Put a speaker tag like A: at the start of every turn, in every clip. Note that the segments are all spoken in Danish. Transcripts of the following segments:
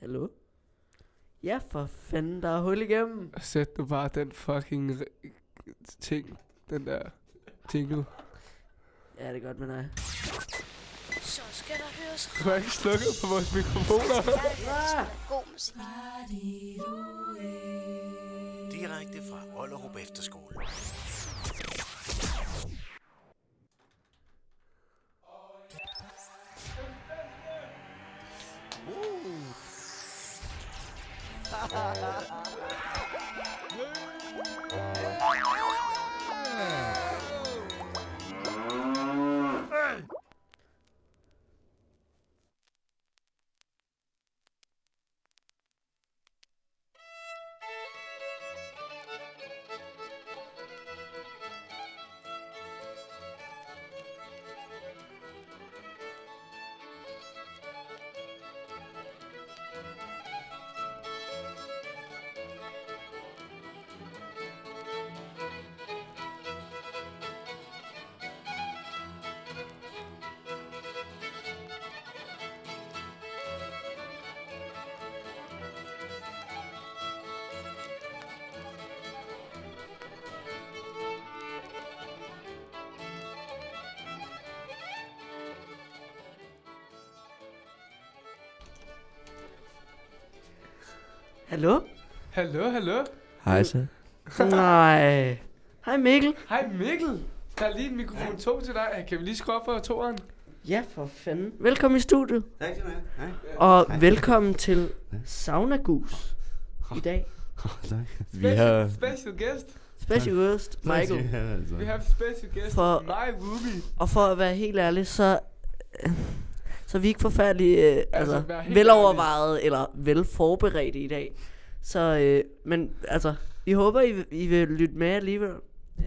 A: Hallo? Ja, for fanden, der er hul igennem.
B: Sæt nu bare den fucking ri- ting, den der jingle.
A: Ja, det er godt med dig.
C: Så skal der høres
B: Du har ikke slukket for vores mikrofoner.
C: rigtig god musik.
D: Direkte fra Ollerup Efterskole.
A: Hallo?
B: Hallo, hallo.
E: Hej så.
A: Nej. Hej Mikkel.
B: Hej Mikkel. Der er lige en mikrofon 2 til dig. Kan vi lige skrue op for toeren?
A: Ja, for fanden. Velkommen i studiet.
E: Tak skal du have. Hej.
A: Og velkommen til Sauna Gus i dag.
E: tak. Vi
B: Special,
E: har...
B: special guest.
A: Special guest, Michael.
E: Ja, altså.
B: We have special guest.
A: For-
B: My Ruby.
A: Og for at være helt ærlig, så, øh, så er vi ikke forfærdelig øh, altså,
B: vær helt
A: velovervejet eller velforberedte i dag. Så, øh, men altså, vi håber, I, vil- I vil lytte med alligevel.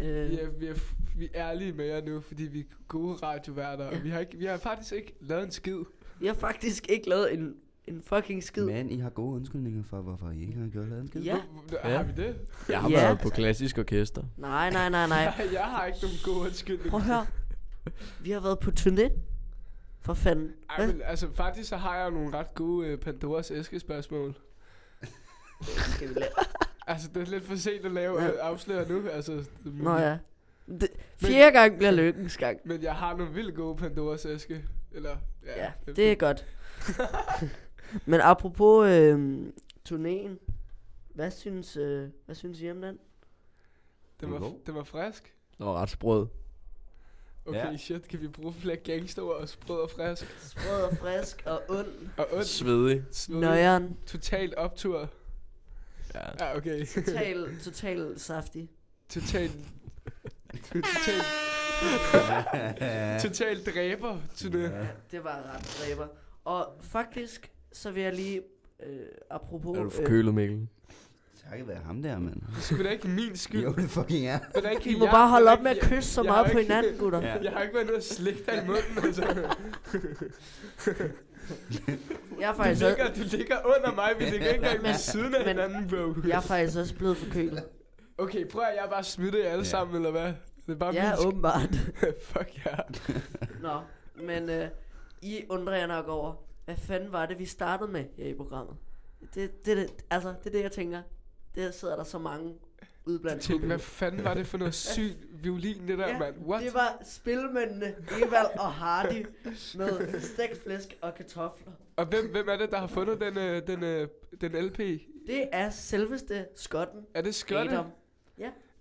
A: Øh,
B: Vi er, vi, er, vi er ærlige med jer nu, fordi vi er gode radioværter. og Vi har, ikke, vi har faktisk ikke lavet en skid.
A: Jeg har faktisk ikke lavet en, en fucking skid.
E: Men I har gode undskyldninger for, hvorfor I ikke har gjort lavet en skid.
A: Ja,
B: Ja. Har vi det?
F: Jeg har
A: Ja.
F: ja. været på klassisk orkester.
A: nej, nej, nej, nej.
B: Jeg, jeg har ikke nogen gode undskyldninger.
A: Prøv at høre. Vi har været på turné. For fanden.
B: Ej,
A: Hvad?
B: men altså, faktisk så har jeg jo nogle ret gode uh, Pandoras æskespørgsmål.
A: Skal vi lave?
B: Altså, det er lidt for sent at lave
A: Ja.
B: ja. afsløre nu, altså. men-
A: Nå ja. Det, fjerde gang bliver lykkens gang.
B: Men jeg har nogle vildt gode Pandoras æske. Eller, ja.
A: Ja, det er godt. Men apropos øh, turnéen, hvad synes, øh, hvad synes I om den?
B: det var,
E: Den er god.
B: det var frisk.
F: Det var ret sprød.
B: Okay, ja.
E: Ja.
B: shit, kan vi bruge flere gangsterord og sprød og frisk?
A: Sprød og frisk og ond.
B: Og ondt.
F: Svedig.
B: Sved.
A: Nøjeren.
B: Total optur.
F: Ja.
B: Ja, okay.
A: Total, total saftig.
B: Total... Total... Total dræber til det. Ja.
A: Det var ret dræber. Og faktisk, så vil jeg lige, øh, apropos...
F: Er du forkølet, Mikkel?
E: Takket være ham der, mand.
B: Det skulle da ikke min skyld.
E: Jo, det fucking er.
B: Det er da ikke
A: I må
B: jeg-
A: bare holde
B: det er
A: op med at
B: ikke- jeg-
A: kysse så
B: jeg har
A: meget på
B: ikke-
A: hinanden, gutter.
E: Ja.
B: Jeg har ikke været nede og slikke dig i munden, altså.
A: Jeg er
B: Du
A: faktisk
B: ligger, du ligger under mig, vi ligger ikke engang ved
A: Men-
B: siden af
A: men-
B: hinanden, bro.
A: Jeg er faktisk også blevet forkølet.
B: Okay, prøv at jeg er bare smittet jer alle
E: Ja.
B: sammen, eller hvad? Det er bare
A: Ja,
B: min skyld.
A: åbenbart.
B: Fuck ja.
A: Nå, men øh, I undrer jer nok over, hvad fanden var det, vi startede med her i programmet? Det, det, det, altså, det er det, jeg tænker. Der sidder der så mange ude
B: Jeg
A: blandt
B: tænkte, hvad
A: publikum.
B: fanden var det for noget sygt violin, det der,
A: Ja,
B: mand? What?
A: Det var spilmændene Evald og Hardy med stegt flæsk og kartofler.
B: Og hvem, hvem er det, der har fundet den, øh, den, øh, den LP?
A: Det er selveste skotten
B: Er det Skjotte?
A: Adam.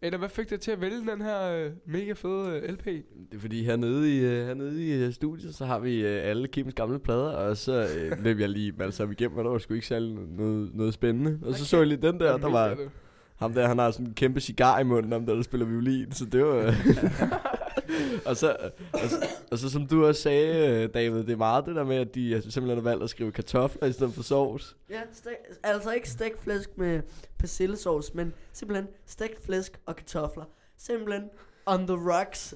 B: Eller hvad fik dig til at vælge den her øh, mega fede øh, LP?
F: Det er fordi hernede i, øh, hernede i øh, studiet, så har vi øh, alle Kims gamle plader, og så øh, løb jeg lige altså igennem, og der var sgu ikke særlig noget, noget spændende. Og så så jeg lige den der, der var ham der, han har sådan en kæmpe cigar i munden, ham der, der spiller violin, så det var... og, så, og, så, og så som du også sagde, øh, David, det er meget det der med, at de øh, simpelthen har valgt at skrive kartofler i stedet for sovs.
A: Ja, steg, altså ikke stegt flæsk med persillesauce, men simpelthen stegt flæsk og kartofler. Simpelthen on the rocks.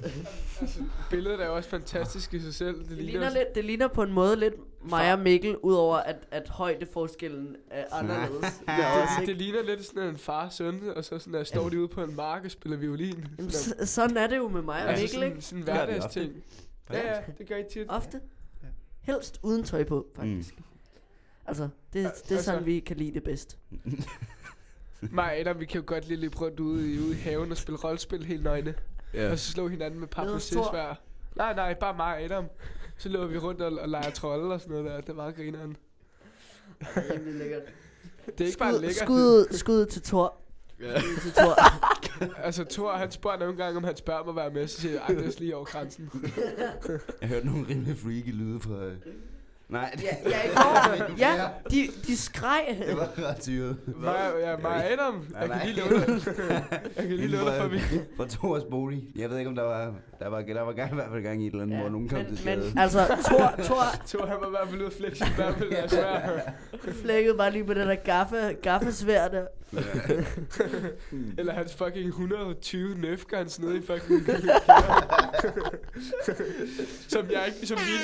B: Billedet er jo også fantastisk i sig selv. Det,
A: Det ligner, lidt, det ligner på en måde lidt mig og Mikkel, udover at, at højdeforskellen er anderledes.
E: Ja,
A: Det er også
B: Det,
A: ikke-
B: det ligner lidt sådan en far og søn, og så sådan der, står de ude på en mark og spiller violin.
A: Jamen,
B: Sådan
A: s- sådan er det jo med mig
B: der-
A: og
B: altså
A: Mikkel,
B: sådan,
A: ikke?
B: sådan en
E: Det gør de ofte.
B: hverdagsting. Ja, Mm. ja, det gør I tit.
A: Ofte. Helst uden tøj på, faktisk. Altså, det,
B: Al-
A: det er sådan,
B: altså-
A: vi kan lide det bedst.
B: Mig og Adam, vi kan jo godt lige løbe rundt ude i, ude i haven og spille rollespil helt nøgne.
F: Ja.
B: Og så slå hinanden med
A: Nede
B: papir
A: hos Thor.
B: svær. Nej, nej, bare mig og Adam. Så løber vi rundt og, og leger trolde og sådan noget der. Det var grineren.
A: Det er rimelig lækkert.
B: Det er ikke bare lækkert.
A: skud, skud til Thor.
F: Ja.
A: Skud til Thor.
B: Altså, Thor, han spørger nogle gange, om han spørger mig at være med. Så siger jeg, "Ej, det er lige over grænsen.
E: Jeg hørte nogle rimelig freaky lyde fra... øh, Nej, det,
A: ja, ja, i går. ja, de, de skreg.
E: det var ret syret.
B: Mig, ja, mig og Adam.
E: Nej,
B: Jeg
E: nej.
B: kan lige love dig. Jeg kan lige love dig for, at vi...
E: Fra Thors bolig. Jeg ved ikke, om der var... Der var, der var gang, i hvert fald gang i et eller andet, ja, hvor nogen kom
A: men,
E: til skade.
A: men altså, Thor, Thor
B: Thor, han var i hvert fald ude at flække sin bærbel, jeg svær.
A: flækkede bare lige på den der gaffe, gaffesvær der.
B: Eller hans fucking 120 nerf guns nede i fucking Som jeg ikke, som vi,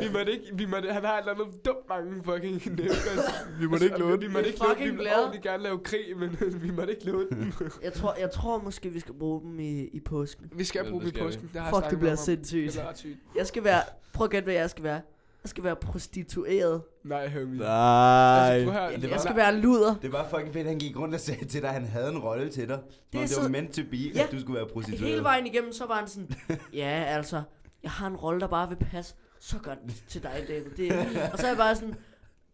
B: vi måtte, vi måtte ikke, vi måtte, han har et eller andet dumt mange fucking nerf guns. Vi måtte ikke låne Vi
A: Det er
B: måtte ikke låne dem, vi
A: fucking
B: ville
A: blæret.
B: ordentligt gerne lave krig, men vi måtte ikke låne dem.
A: Jeg tror, jeg tror måske, vi skal bruge dem i, i påsken.
B: Vi skal
F: Ja,
B: bruge
F: det
B: dem i
F: skal vi.
B: påsken, det har jeg
A: Fuck, det
B: snakket
A: bliver
B: med ham om. Det
A: sindssygt.
B: bliver ret sygt.
A: Jeg skal være, prøv at gætte, hvad jeg skal være. Jeg skal være prostitueret.
B: Nej, homie.
F: Nej.
B: Altså, prøv at høre,
E: Det var-
A: Jeg skal være luder.
E: Det var fucking fedt, han gik rundt og sagde til dig, at han havde en rolle til dig. Det,
A: er
E: det var
A: så-
E: meant to be, ja.
A: Ja.
E: at du skulle være prostitueret.
A: Hele vejen igennem, så var han sådan, ja, altså, jeg har en rolle, der bare vil passe så godt til dig, David. Det er. Og så er jeg bare sådan,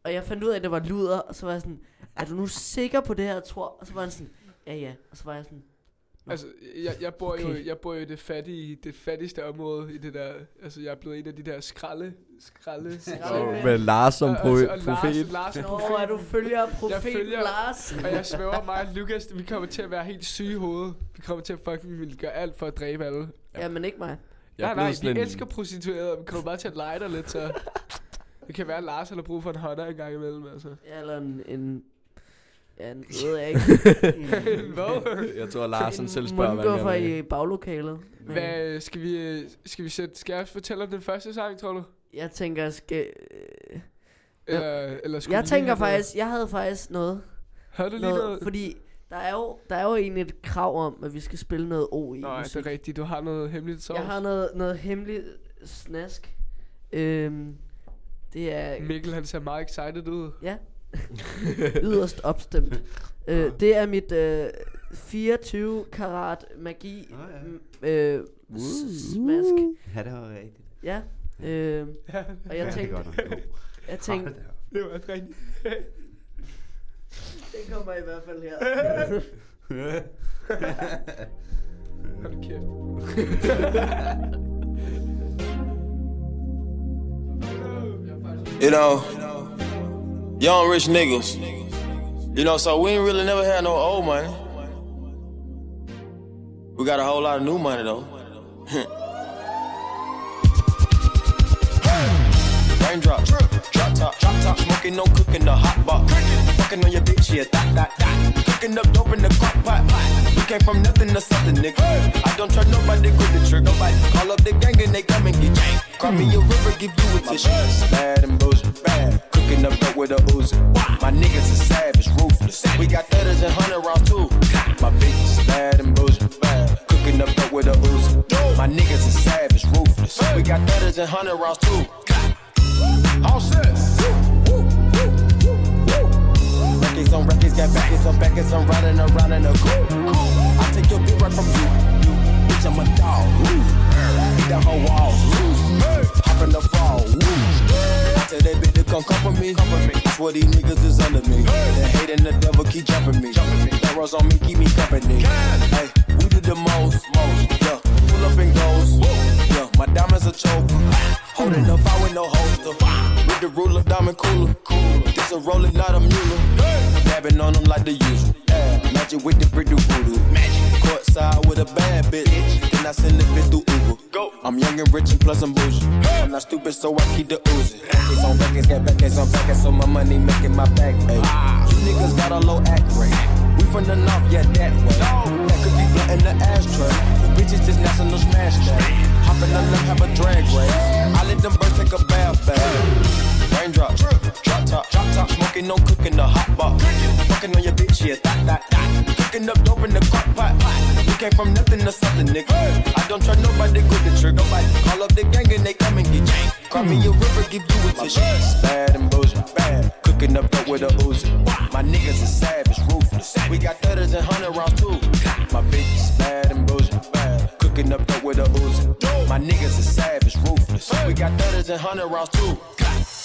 A: og jeg fandt ud af, at det var luder, og så var jeg sådan, er du nu sikker på det her, Thor? Og så var han sådan, ja, ja. Og så var jeg sådan,
B: Altså, jeg, jeg, bor okay.
A: Okay.
B: jo, jeg bor jo i det, fattige, det fattigste område i det der... Altså, jeg er blevet en af de der skralde... Skralde...
A: Skralde-
B: Og-
F: Med Lars som
B: og-
F: pro-
B: og Lars-
F: profet.
B: Lars, er
A: Nå, er du følger profeten
B: følger-
A: Lars?
B: Og jeg svæver mig og Lukas, vi kommer til at være helt syge i hovedet. Vi kommer til at fucking ville gøre alt for at dræbe alle.
A: Ja, men ikke mig.
F: Jeg
B: nej, nej,
F: er blevet
B: vi
F: sådan en-
B: elsker prostituerede, og vi kommer bare til at lege dig lidt, så... Det kan være, at Lars har brug for en hånder en gang imellem, altså.
A: Ja, Eller en, en ja, en, det ved jeg ikke.
B: Hvad?
F: Jeg tror, Lars han
A: en
F: selv spørger, hvad
A: mundguffer
F: han gerne vil.
A: i baglokalet. Men
B: Hvad, øh, skal vi, øh, skal vi sætte, skal jeg fortælle om den første sang, tror du?
A: Jeg tænker, skal... øh,
B: Eller, eller skulle
A: Jeg
B: vi lige
A: tænker
B: have noget?
A: faktisk, jeg havde faktisk noget
B: Har du lige
A: noget,
B: noget?
A: fordi der er, jo, der er jo egentlig et krav om, at vi skal spille noget OE.
B: Nej, det er rigtigt. Du har noget hemmeligt sovs.
A: Jeg har noget, noget hemmeligt snask. Øhm, det er
B: Mikkel, han ser meget excited ud.
A: yderst opstemt.
B: Ah.
A: øh, det er mit øh, 24 karat magi
E: Nå Ah, ja.
A: m- øh, s- smask.
E: Ja, det var rigtigt.
A: Ja. Øh, og
E: Ja,
A: jeg
E: det er
A: tænkte,
E: godt nok. Jo.
A: jeg tænkte,
E: Hold da op.
B: Det var også rigtigt.
A: det kommer i hvert fald her.
B: Hold kæft. øh,
G: You know, young rich niggas. You know, so we ain't really never had no old money. We got a whole lot of new money though. Raindrops, drop top, drop top, smoking, no cooking, the hot box. Fucking on your bitch, yeah, that, that, that. Cooking up dope in the crock pot. We came from nothing to something, nigga. I don't trust nobody, grip the trick. Nobody call up the gang and they come and get gang. Cry me a river, give you a tissue. Bad and bullshit, bad. Cooking up dope with a oozy. My niggas are savage, ruthless. We got thudders and hundred rounds too. My bitch is bad and bullshit, bad. Cooking up dope with a oozy. My niggas are savage, ruthless. We got thudders and hundred rounds too. All set. Records on records, got backers on backers. I'm riding around in a coupe. I take your bitch right from you. Bitch, I'm a dog. Beat the whole wall. Hop in the fall. I tell that bitch to come comfort me. That's what these niggas is under me. The hate and the devil keep jumping me. Barrels on me, keep me company. Hey, we did the most. Yeah, pull up and goes. Yeah, my diamonds are choking. Holding up, I with no holster. With the ruler, diamond cooler. This a roller, not a mule. Dabbing on them like the usual. Magic with the brick do voodoo. Courtside with a bad bitch. Then I send the bitch through Uber. I'm young and rich and plus I'm bougie. I'm not stupid, so I keep the oozing. Records on records, got backers on backers, so my money making my back pay. You niggas got a low act rate. We from the north, yeah, that way. That could be blunt in the ashtray. Who bitches just national smash that? Hop in the left, have a drag race. I let them birds take a bath bath. Raindrops, drop top, drop top, smoking, no cooking, the hot box. Fucking on your bitch, yeah, that, that, that. Cooking up dope in the crock pot. We came from nothing to something, nigga. I don't trust nobody, good the trick. Nobody call up the gang and they come and get janked. Cry me a river, give you a tissue. Bad and bullshit. explosion. Bad, cooking up dope with a Uzi. My niggas are savage, ruthless. We got thudders and hundred rounds too. My bitch is bad and bougie. Bad, cooking up dope with a Uzi. My niggas are savage, ruthless. We got thudders and hundred rounds too.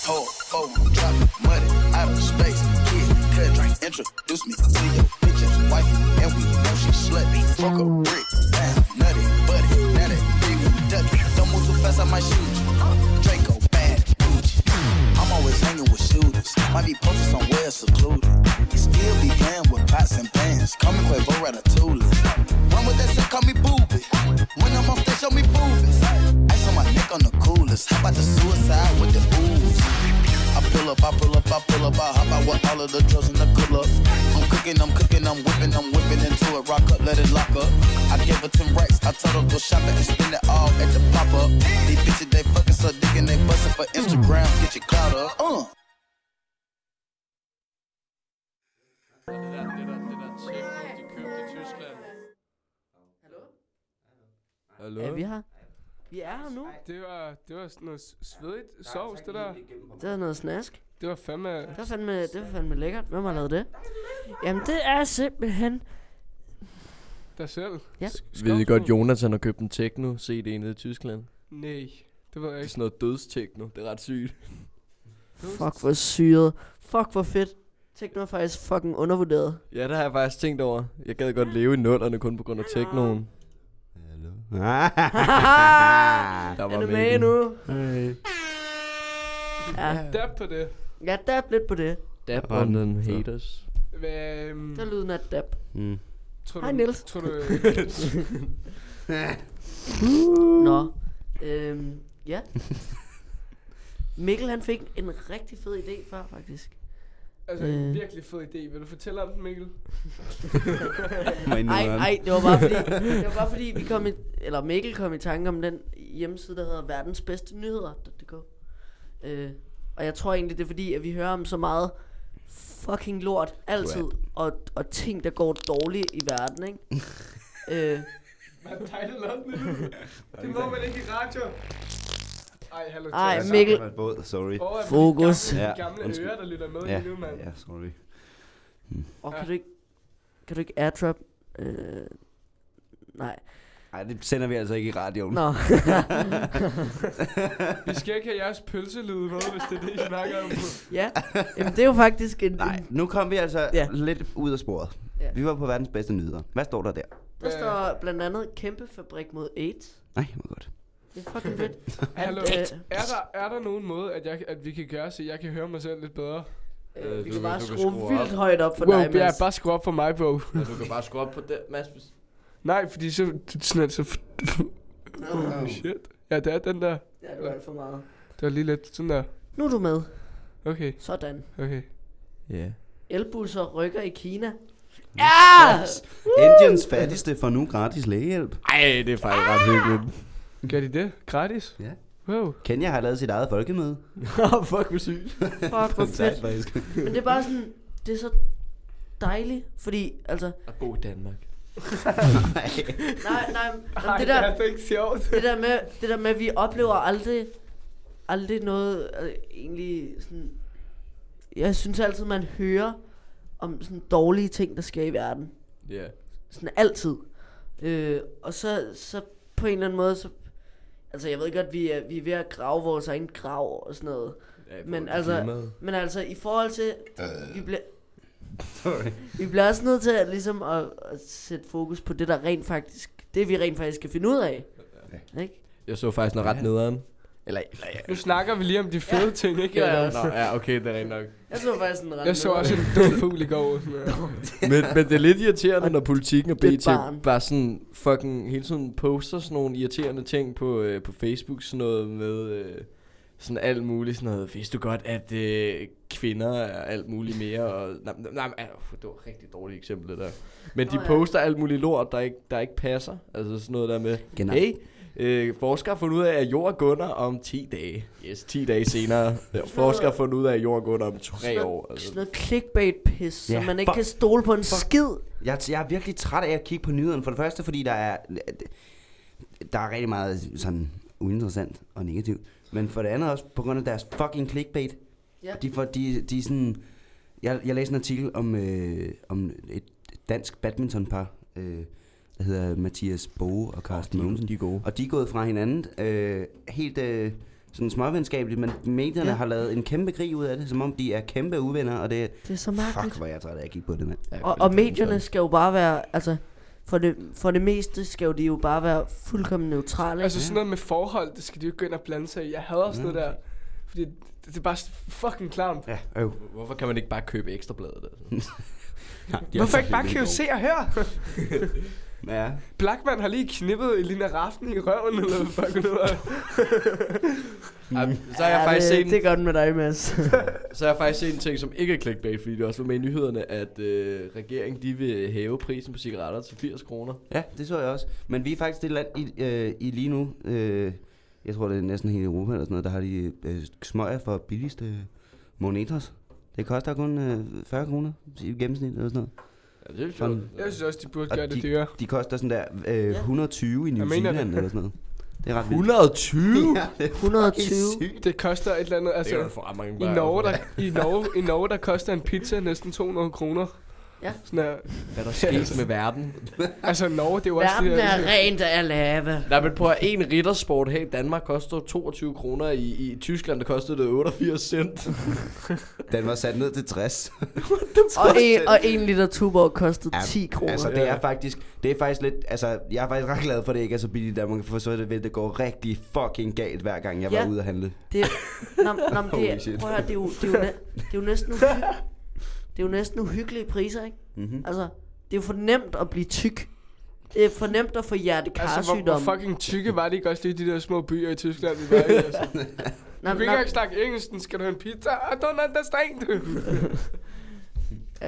H: Hold, phone, drop money out of space. Kid, cut, drink, introduce me to your bitches, wife, and we know she slut. Broke a brick, ass, nutty, buddy, now that big ducky. Don't move too fast, I might shoot you. Draco, bad, Gucci. I'm always hanging with shooters. Might be posted somewhere secluded. Still be playing with pots and pans. Call me Quavo Ratatouille. Run with that shit, call me Boobie. When I'm on stage, show me boobies. Ice on my neck on the coolest. How about the suicide with the booze? I pull up, I pull up, I pull up, I hop out with all of the drugs and the good up. I'm cooking, I'm cooking, I'm whipping, I'm whipping into it. Rock up, let it lock up. I gave her 10 racks, I told her go shopping and spend it all at the pop up. These bitches, they fucking so dick and they bustin' for Instagram. Get your clout up. Uh.
B: der, det der, det der check, de købte i Tyskland.
A: Hallo?
F: Hallo?
A: Ja, vi har. Vi er her nu.
B: Det var, det var sådan noget svedigt sovs, det der.
A: Det er noget snask.
B: Det var fandme...
A: Det var fandme, det var fandme lækkert. Hvem har lavet det? Jamen, det er simpelthen...
B: dig selv.
A: Ja.
F: Ved I godt, Jonathan har købt en techno CD nede i Tyskland?
B: Nej, det ved jeg
F: Det er
B: ikke.
F: sådan noget dødstekno. Det er ret sygt.
A: Fuck, hvor syret. Fuck, hvor fedt. Tekno er faktisk fucking undervurderet.
F: Ja, det har jeg faktisk tænkt over. Jeg gad godt leve i nullerne kun på grund af teknoen.
E: Hallo.
F: Der
A: Er
F: var
A: det med
F: med
A: nu?
E: Hey.
A: Ja,
B: Dab på det.
A: ja dab lidt på det.
F: Dab on them haters.
B: Hvad, øhm,
A: Det er lyden af dab.
E: Mm.
B: tror
A: Hej,
B: du-
A: Niels.
B: Tror du,
A: Nå. Øhm, ja. Mikkel, han fik en rigtig fed idé før, faktisk.
B: altså, en
A: Øh.
B: virkelig fed idé. Vil du fortælle om den, Mikkel?
E: Men nu
A: Ej,
E: er-
A: ej, det var bare fordi, det var bare fordi vi kom i, eller Mikkel kom i tanke om den hjemmeside, der hedder verdensbedstenyheder.dk. Øh, og jeg tror egentlig, det er fordi, at vi hører om så meget fucking lort altid, og, og ting, der går dårligt i verden, ikke? øh,
B: Hvad er det dig, der lavede den? Niels? Det må man ikke i radio. Ej, hallo.
A: Ej,
E: Jeg
B: Thomas.
E: er
A: Mikkel.
E: sammen med et båd, Sorry.
B: Over at
A: Fokus.
B: de gamle,
E: Ja,
B: de gamle
E: undskyld.
B: ører, der lytter med
E: Ja,
B: lige nu, mand.
E: ja, sorry.
A: og kan du ikke, kan du ikke airdrop? Øh, nej.
E: Ej, det sender vi altså ikke i radioen.
A: Nå.
B: Vi skal ikke have jeres pølselyde med, hvis det er det, I snakker om.
A: ja, Jamen, det er jo faktisk en,
E: Nej,
A: en
E: nu kom vi altså
A: Ja.
E: ja. lidt ud af sporet.
A: Ja.
E: Ja. Vi var på verdens bedste nyheder. Hvad står der der?
A: der står blandt andet kæmpe fabrik mod AIDS.
E: Nej, hvor godt.
A: Det er fucking fedt. øh,
B: Hallo.
A: Alt,
B: Er der, er der nogen måde, at, jeg, at vi kan gøre, så jeg kan høre mig selv lidt bedre?
A: øh, øh, vi
F: du
A: kan
F: kan-
A: bare
F: du kan
A: skrue
F: skrue
A: vildt
F: op.
A: højt op for
B: Wow,
A: dig,
B: ja,
A: Mads.
B: bare skru op for mig, bro.
F: Du kan bare skrue op på det, Mads.
B: Nej, fordi så... Sådan, så oh, shit. Ja, det er den der.
A: Ja, det var alt for meget.
B: Det var lige lidt sådan der.
A: Nu er du med.
B: Okay,
A: Sådan.
B: okay.
F: Ja.
A: Elbusser rykker i Kina. Ja!
E: Indiens fattigste får nu gratis lægehjælp.
F: Ej, det er faktisk ret hyggeligt.
B: Gør de det? Gratis?
E: Ja.
B: Wow.
E: Kenya har lavet sit eget folkemøde.
F: Fuck, hvor sygt.
A: Fuck, hvor fedt.
E: faktisk.
A: Men det er bare sådan, det er så dejligt, fordi, altså,
F: At bo i Danmark.
E: Nej.
A: nej, nej, jamen,
B: Ej,
A: det
B: det er
A: der,
B: da ikke sjovt.
A: det der med, det der med, at vi oplever aldrig, aldrig noget, øh, egentlig sådan, jeg synes altid, man hører om sådan dårlige ting, der sker i verden.
F: Ja.
A: Sådan altid. Øh, og så, så på en eller anden måde, så, altså jeg ved godt, vi er, vi er ved at grave vores egen grav og sådan noget. Men altså, men altså, i forhold til, vi bliver,
E: Sorry.
A: vi bliver også nødt til at, ligesom at, at sætte fokus på det, der rent faktisk, det vi rent faktisk skal finde ud af. Ikke?
F: Jeg så faktisk noget ret nederen. Eller, eller ja.
B: Nu snakker vi lige om de fede ting, ikke?
F: Nå, ja, okay, det er rent nok.
A: Jeg så faktisk en ret
B: Jeg så
A: nederen-
B: også en dum fugl i går. sådan der.
F: men, men det er lidt irriterende, når politikken og
A: Det er et
F: BT
A: barn.
F: bare sådan fucking hele tiden poster sådan nogle irriterende ting på, øh, på Facebook, sådan noget med øh, sådan alt muligt, sådan noget, vidste du godt, at øh, kvinder er alt muligt mere, og nej, nej, nej, nej, øh, det var et rigtig dårligt eksempel det der. Men de
A: Nå, ja.
F: poster alt muligt lort, der ikke, der ikke passer, altså sådan noget der med,
E: Genau.
F: hey, Øh, forskere har fundet ud af, at jord gunder om 10 dage. Yes, 10 dage senere. Ja, forskere har fundet ud af, at jord gunder om 3
A: sådan
F: år. altså.
A: noget, sådan noget clickbait-pis, som
E: Ja,
A: man ikke
E: fuck.
A: kan stole på en skid.
E: Jeg, jeg er virkelig træt af at kigge på nyhederne. For det første, fordi der er, der er rigtig meget sådan uinteressant og negativt. Men for det andet også på grund af deres fucking clickbait.
A: Ja.
E: De, får, de, de er sådan... Jeg, jeg læste en artikel om, øh, om et dansk badmintonpar, øh, der hedder Mathias Boge og Carsten oh, Mogensen.
F: de er gode.
E: Og de er gået fra hinanden øh, helt øh, sådan småvenskabeligt, men medierne ja. har lavet en kæmpe krig ud af det, som om de er kæmpe uvenner, og det er...
A: Det er så mærkeligt.
E: Fuck, hvor jeg er træt af at kigge på det, mand.
A: Og, og medierne skal jo bare være, altså, for det, for det meste skal de jo bare være fuldkommen neutrale.
B: Altså sådan noget med forhold, det skal de jo ikke gå ind og blande sig i. Jeg hader sådan noget der, fordi det, det er bare fucking klamt.
E: Ja, øv.
F: Hvorfor kan man ikke bare købe ekstrabladet? Altså?
B: Hvorfor
E: altså
B: ikke bare købe se og høre?
E: Ja.
B: Blackman har lige knippet Elina Raften i røven, eller hvad fuck det var.
F: Ej, så har jeg faktisk
A: det,
F: set en
A: det er godt med dig, Mads.
F: Så har jeg faktisk set en ting, som ikke er clickbait, fordi det også var med i nyhederne, at øh, regeringen de vil hæve prisen på cigaretter til 80 kroner.
E: Ja, det så jeg også. Men vi er faktisk det land i, øh, i lige nu, øh, jeg tror det er næsten hele Europa eller sådan noget, der har de øh, smøger for billigste øh, monetos. Det koster kun øh, 40 kroner i gennemsnit eller sådan noget.
F: Ja, det er
E: sjovt.
F: sjovt.
B: Jeg synes også, de burde gøre
E: Og
B: det
E: de,
B: dyrere.
E: de koster sådan der øh, 120 i New
B: Jeg mener det.
E: Zealand eller sådan noget. Det er ret vildt.
F: 120?
E: Ja, det er
A: 120.
E: sygt.
B: Det koster et eller andet,
F: Det er jo
B: altså...
F: for mange
B: I Norge, der, i, Norge, I Norge, der koster en pizza næsten 200 kroner.
A: Ja.
B: Sådan der.
F: Hvad der skete med verden?
B: Altså Norge, det er jo også
A: Verden
B: det
A: er
B: der,
A: rent af lave.
F: Nej, men prøv at en riddersport her i Danmark koster 22 kroner. I, I Tyskland, der kostede det 88 cent.
E: Den var sat ned til 60.
A: Og en, og en liter tuborg kostede 10 kroner.
E: Altså,
A: Altså,
E: det er faktisk, det er faktisk lidt, altså, jeg er faktisk ret glad for, at det ikke er så billigt i Danmark, for så er det ved, at det går rigtig fucking galt, hver gang jeg var
A: Ja.
E: ude at handle.
A: det, nå, nå, men
E: Holy
A: det, er-
E: shit.
A: prøv at høre, det er jo, det er jo, næ- det er jo næsten uhyggeligt. Det er jo næsten uhyggelige priser, ikke?
E: Mm-hmm.
A: Altså, det er jo for nemt at blive tyk. Det er for nemt at få
B: Altså, hvor, hvor
A: hjertekarsygdomme.
B: fucking tykke var det ikke også lige de der små byer i Tyskland, vi var i? Altså.
A: nej,
B: Du kan ikke engang snakke engelsk, den skal du have en pizza? I don't understand.
A: ja,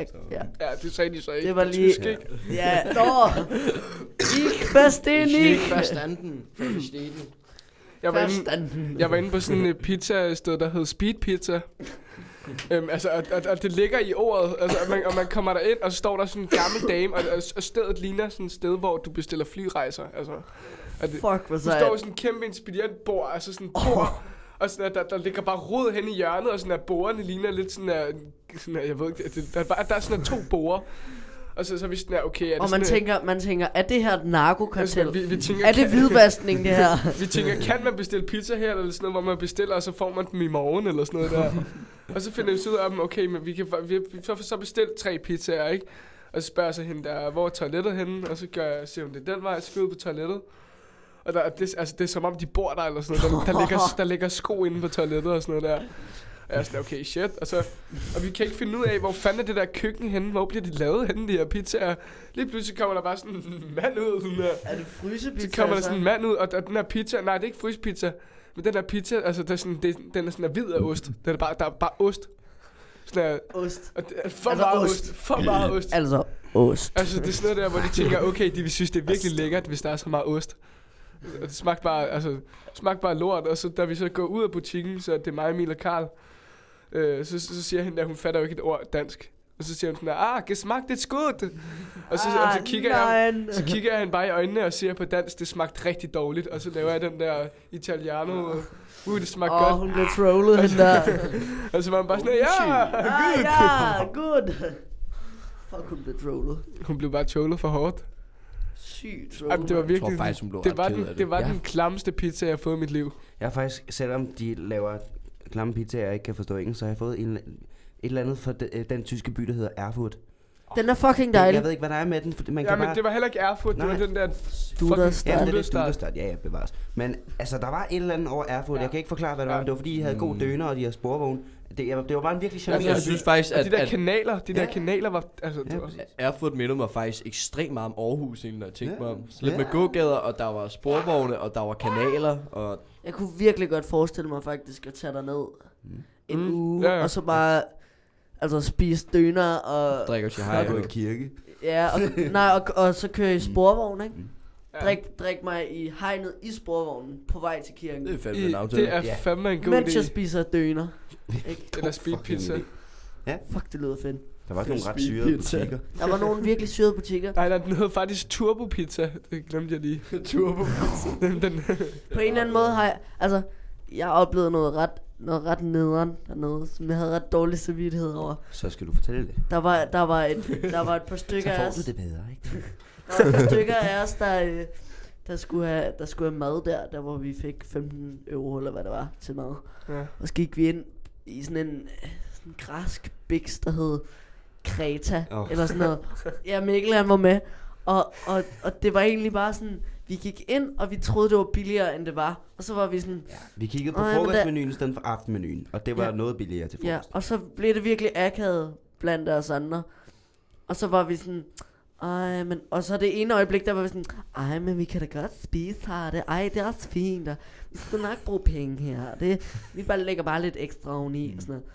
B: ja, det sagde de så ikke.
A: det var
B: på
A: lige...
B: Tysk, ikke?
A: Ja, nå! Ikke fast det, Nick!
F: Forstanden. Forstanden.
B: Jeg var, inde,
A: Forstanden.
B: jeg var inde på sådan et pizzasted, der hed Speed Pizza. Øhm, altså, og, og, og, det ligger i ordet, altså, og, man, og man kommer derind, og så står der sådan en gammel dame, og, og- og stedet ligner sådan et sted, hvor du bestiller flyrejser. Altså, og det,
A: Fuck, hvor
B: Der står jo
A: sejt.
B: sådan en kæmpe inspirantbord, altså sådan en bord, og sådan, der, der, der ligger bare rod hen i hjørnet, og sådan, at bordene ligner lidt sådan, at, sådan at, jeg ved ikke, at det, der, er bare, der er sådan at to borer. Og så, så er vi sådan, at, okay, er det
A: Og man
B: sådan,
A: tænker, man tænker, er det her et
B: at,
A: narkokartel?
B: altså, vi, vi tænker,
A: Er det
B: kan-
A: hvidvaskning, det her?
B: Vi tænker, kan man bestille pizza her, eller sådan noget, hvor man bestiller, og så får man dem i morgen, eller sådan noget der. og så finder vi så ud af, mm, okay, men vi kan, fa- vi, vi får så bestilt tre pizzaer, ikke? Og så spørger så hende der, hvor er toilettet henne? Og så gør jeg, siger hun, det er den vej, så skal vi ud på toilettet. Og der, det, altså, det er som om, de bor der, eller sådan noget. Der, der, ligger, der ligger sko inde på toilettet, og sådan noget der. Og jeg er sådan, okay, shit. Og, så, og vi kan ikke finde ud af, hvor fanden er det der køkken henne? Hvor bliver de lavet henne, de her pizzaer? Lige pludselig kommer der bare sådan en mand ud, sådan der.
A: Er det frysepizza?
B: Så kommer der sådan en mand ud, og og den her pizza, nej, det er ikke fryspizza, men den her pizza, altså der er sådan, det, den er sådan der hvid af ost. Den er bare, der er bare ost. Sådan der,
A: Ost.
B: og det er for
A: Altså
B: altså meget
A: ost.
B: ost. For meget ost.
A: Altså, ost.
B: Altså det er sådan noget der, hvor de tænker, okay, de vil synes, det er virkelig lækkert, hvis der er så meget ost. Og det smagte bare, altså, smagte bare lort, og så da vi så går ud af butikken, så det er mig, Emil og Karl, øh, så, så, så siger hende der, hun fatter jo ikke et ord dansk. Og så siger hun sådan der, ah, gesmagt et skud. Og så, og
A: Ah,
B: så kigger jeg,
A: jeg...
B: så kigger jeg han bare i øjnene og siger på dansk, det smagte rigtig dårligt. Og så laver jeg den der italiano, øh, uh, det smagte
A: Åh,
B: oh.
A: oh,
B: godt.
A: hun blev trollet, hende der.
B: Og så var han bare sådan, ja!
A: ah, ja, good. Fuck, hun blev trollet.
B: Hun blev bare trollet for hårdt.
A: Sygt
B: Jamen,
A: trollet.
B: det var
F: Jeg tror
B: virkelig...
F: faktisk, hun blev
B: Det var,
F: ret ked
B: den,
F: af det.
B: det var
F: Ja.
B: den klammeste pizza, jeg har fået i mit liv.
E: Jeg har faktisk, selvom de laver klamme pizzaer, jeg ikke kan forstå engelsk, så har jeg fået en, et eller andet fra de, øh, den tyske by, der hedder Erfurt.
A: Den er fucking
E: Jeg,
A: dejlig.
E: jeg ved ikke, hvad der er med den, for man
B: Ja,
E: kan
B: men
E: bare...
B: det var heller ikke Erfurt, det
E: Nej.
B: var den der...
A: Du
B: fucking-
A: der
E: Ja,
A: starter.
E: det er lidt
B: Duderstad.
E: duderstart. Ja, ja, bevares. Men altså, der var et eller andet over Erfurt. Jeg kan ikke forklare, hvad det var, men det var, fordi de havde god døner, og de havde sporvogn. Det, Mm. jeg- det var bare en virkelig charmerende
F: Altså, Jeg synes faktisk,
B: Og
F: at,
B: de der
F: at
B: kanaler, de der kanaler var... Altså,
E: Ja,
B: det var,
E: præcis.
F: Erfurt mindede mig faktisk ekstremt meget om Aarhus, egentlig, når jeg tænkte
E: Ja.
F: mig om. Så lidt
E: Ja.
F: med gågader, og der var sporvogne, og der var kanaler, og
A: Jeg kunne virkelig godt forestille mig faktisk at tage dig ned en
B: Mm.
A: uge,
B: Ja, ja.
A: og så bare altså spise døner og
F: drikker til
E: Jeg har
F: hej.
E: gået i kirke.
A: ja, og, nej, og, og så køre i sporvogn, ikke?
B: ja.
A: Drik, drik mig i hegnet i sporvognen på vej til kirken.
F: Det er fandme
B: I,
F: en aftale.
B: det er
E: Ja.
B: fandme en god
A: Mens jeg
B: idé.
A: spiser døner. Ikke?
B: Den der speed
E: Fucking
B: pizza.
E: idé.
A: Fuck, det lyder fedt.
E: Der var ikke nogen ret
F: Speed
E: syrede
F: pizza.
E: butikker.
A: Der var nogle virkelig syrede butikker.
B: Nej, nej, den hed faktisk Turbo Pizza. Det glemte jeg lige. Turbo Pizza. den, den,
A: På en eller anden måde har jeg, altså, jeg har oplevet noget ret noget ret nederen dernede, som jeg havde ret dårlig samvittighed over.
E: Så skal du fortælle det.
A: Der var, der var, et, der var et par
E: Så
A: stykker af
E: får
A: os,
E: du det bedre, ikke?
A: der var et par stykker af os, der, øh, der, skulle have, der skulle have mad der, der hvor vi fik 15 euro, eller hvad det var, til mad.
B: Ja.
A: Og så gik vi ind i sådan en, øh, sådan en græsk biks, der hed Kreta,
E: Åh.
A: oh. eller sådan noget. Ja, Mikkel han var med. Og, og, og det var egentlig bare sådan, vi gik ind, og vi troede, det var billigere, end det var. Og så var vi sådan,
E: Vi kiggede på
A: Ej, men der-
E: frokostmenuen i stedet for aftenmenuen, og det var
A: Ja.
E: noget billigere til
A: Ja,
E: frokost.
A: og så blev det virkelig akavet blandt os andre. Og så var vi sådan, ej, men... Og så det ene øjeblik, der var vi sådan, ej, men vi kan da godt spise her, det, ej, det er også fint, og vi skal nok bruge penge her, det, vi bare lægger bare lidt ekstra
E: Mm.
A: oveni, og sådan noget.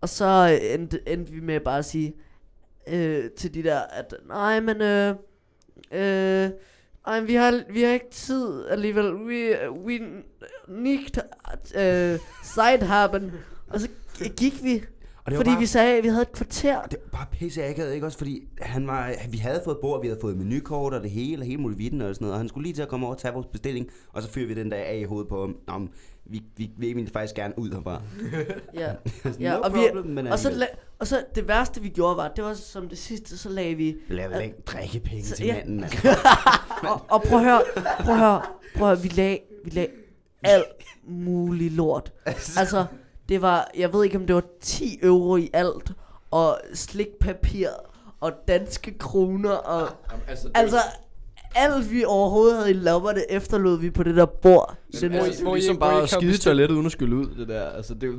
A: Og så øh, endte, endte vi med bare at sige øh, til de der, at nej, men øh, øh, ej, men vi har, vi har ikke tid alligevel. Vi, vi nicht øh, Zeit haben. Og så g- gik vi,
E: Og det var
A: fordi
E: bare-
A: vi sagde, at vi havde et kvarter.
E: Og det var bare pisse akavet, ikke også? Fordi han var, vi havde fået bord, vi havde fået menukort og det hele, og hele muligheden og sådan noget. Og han skulle lige til at komme over og tage vores bestilling, og så fyrer vi den der af i hovedet på ham. Nå, men vi, vi, vi vil egentlig faktisk gerne ud herfra.
A: Ja.
E: Sådan,
A: ja
E: no
A: og,
E: problem,
A: vi,
E: men
A: og, så
E: alligevel.
A: la- og så det værste, vi gjorde, var, det var som det sidste, så lagde vi...
E: Lad vel ikke drikke penge
A: Så-
E: til
A: ja.
E: manden, altså. mand.
A: Og, og prøv at høre, prøv at høre, prøv at høre, vi lag, vi lag alt muligt lort. Altså, det var, jeg ved ikke om det var 10 euro i alt, og slikpapir, og danske kroner, og
F: Altså,
A: altså alt vi overhovedet havde i lommerne, efterlod vi på det der bord. Så
F: Jamen, altså, det er jo ligesom
B: hvor I- hvor I
F: bare at
B: ikke har
F: skide i
B: bestemt-
F: toilettet uden at skylle ud, det der. Altså, det er jo...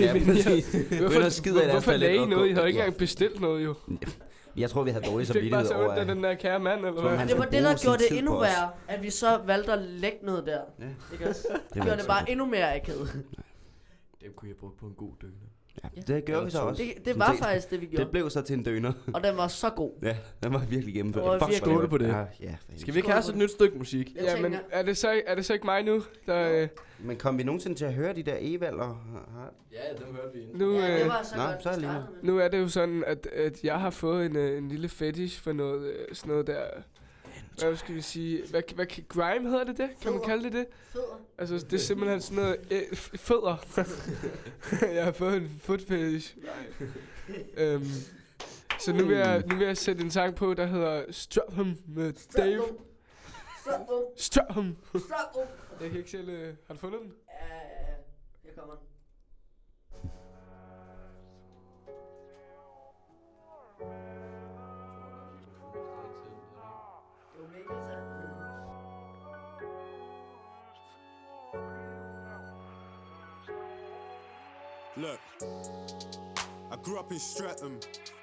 E: Ja, præcis. Hvorfor, skider i deres
B: hvorfor
E: toilet
B: lagde I
E: og gå-
B: noget? I havde ikke
E: Ja.
B: engang bestilt noget, jo.
E: Jeg tror, Altså, vi havde dårlig
B: I fik bare
E: samvittighed
B: så
E: over,
B: ondt af
E: at
B: den der kære mand, eller
E: Som
B: hvad?
E: han-
A: det var
E: skulle
A: det, der
E: bruge altså, sin
A: gjorde
E: tid
A: det endnu
E: på os.
A: værre, at vi så valgte at lægge noget der.
E: Ja.
A: Ikke også? Det
E: var
A: gjorde
E: ikke
A: det
E: så
A: bare endnu mere akavet.
F: Dem kunne jeg bruge på en god døgn.
E: Ja, det gjorde vi så også.
A: Det, det var
E: Sådan set.
A: faktisk det, vi
E: Det
A: gjorde.
E: blev så til en døner.
A: Og den var så god.
E: Ja, den var virkelig gennemført.
A: Det var
E: Fuck, hvor
A: virkelig-
E: lækkert.
F: Skål på det.
E: Ja, ja, for
F: Skal vi ikke have os et nyt stykke musik?
A: Jeg
B: Ja, men
A: tænker-
B: er det, så, er det så ikke mig nu, der... Øh,
E: helvede. Men kom vi nogensinde til at høre de der Evald og...
F: Ja, dem hørte vi
B: nu,
A: Ja, det
B: øh,
A: var så
E: nå,
A: godt,
E: så er
A: vi
E: det lige
A: startede med.
B: nu er det jo sådan, at, at jeg har fået en, øh, en lille fetish for noget, øh, sådan noget der... Hvad skal vi sige? Hvad, hvad, grime hedder det det? Kan man kalde det det?
A: Fødder.
B: Altså, det er simpelthen sådan noget øh, f- fødder. jeg har fået en foot fetish. øhm, så nu vil, jeg, nu vil jeg sætte en sang på, der hedder Strapham med Dave.
A: Så ung,
B: Strapham.
A: så ung.
B: Jeg kan ikke selv... Øh, har du fundet den?
A: Ja, ja, ja. Her kommer den. Det var Mikkel, så.
I: Look, I grew up in Streatham.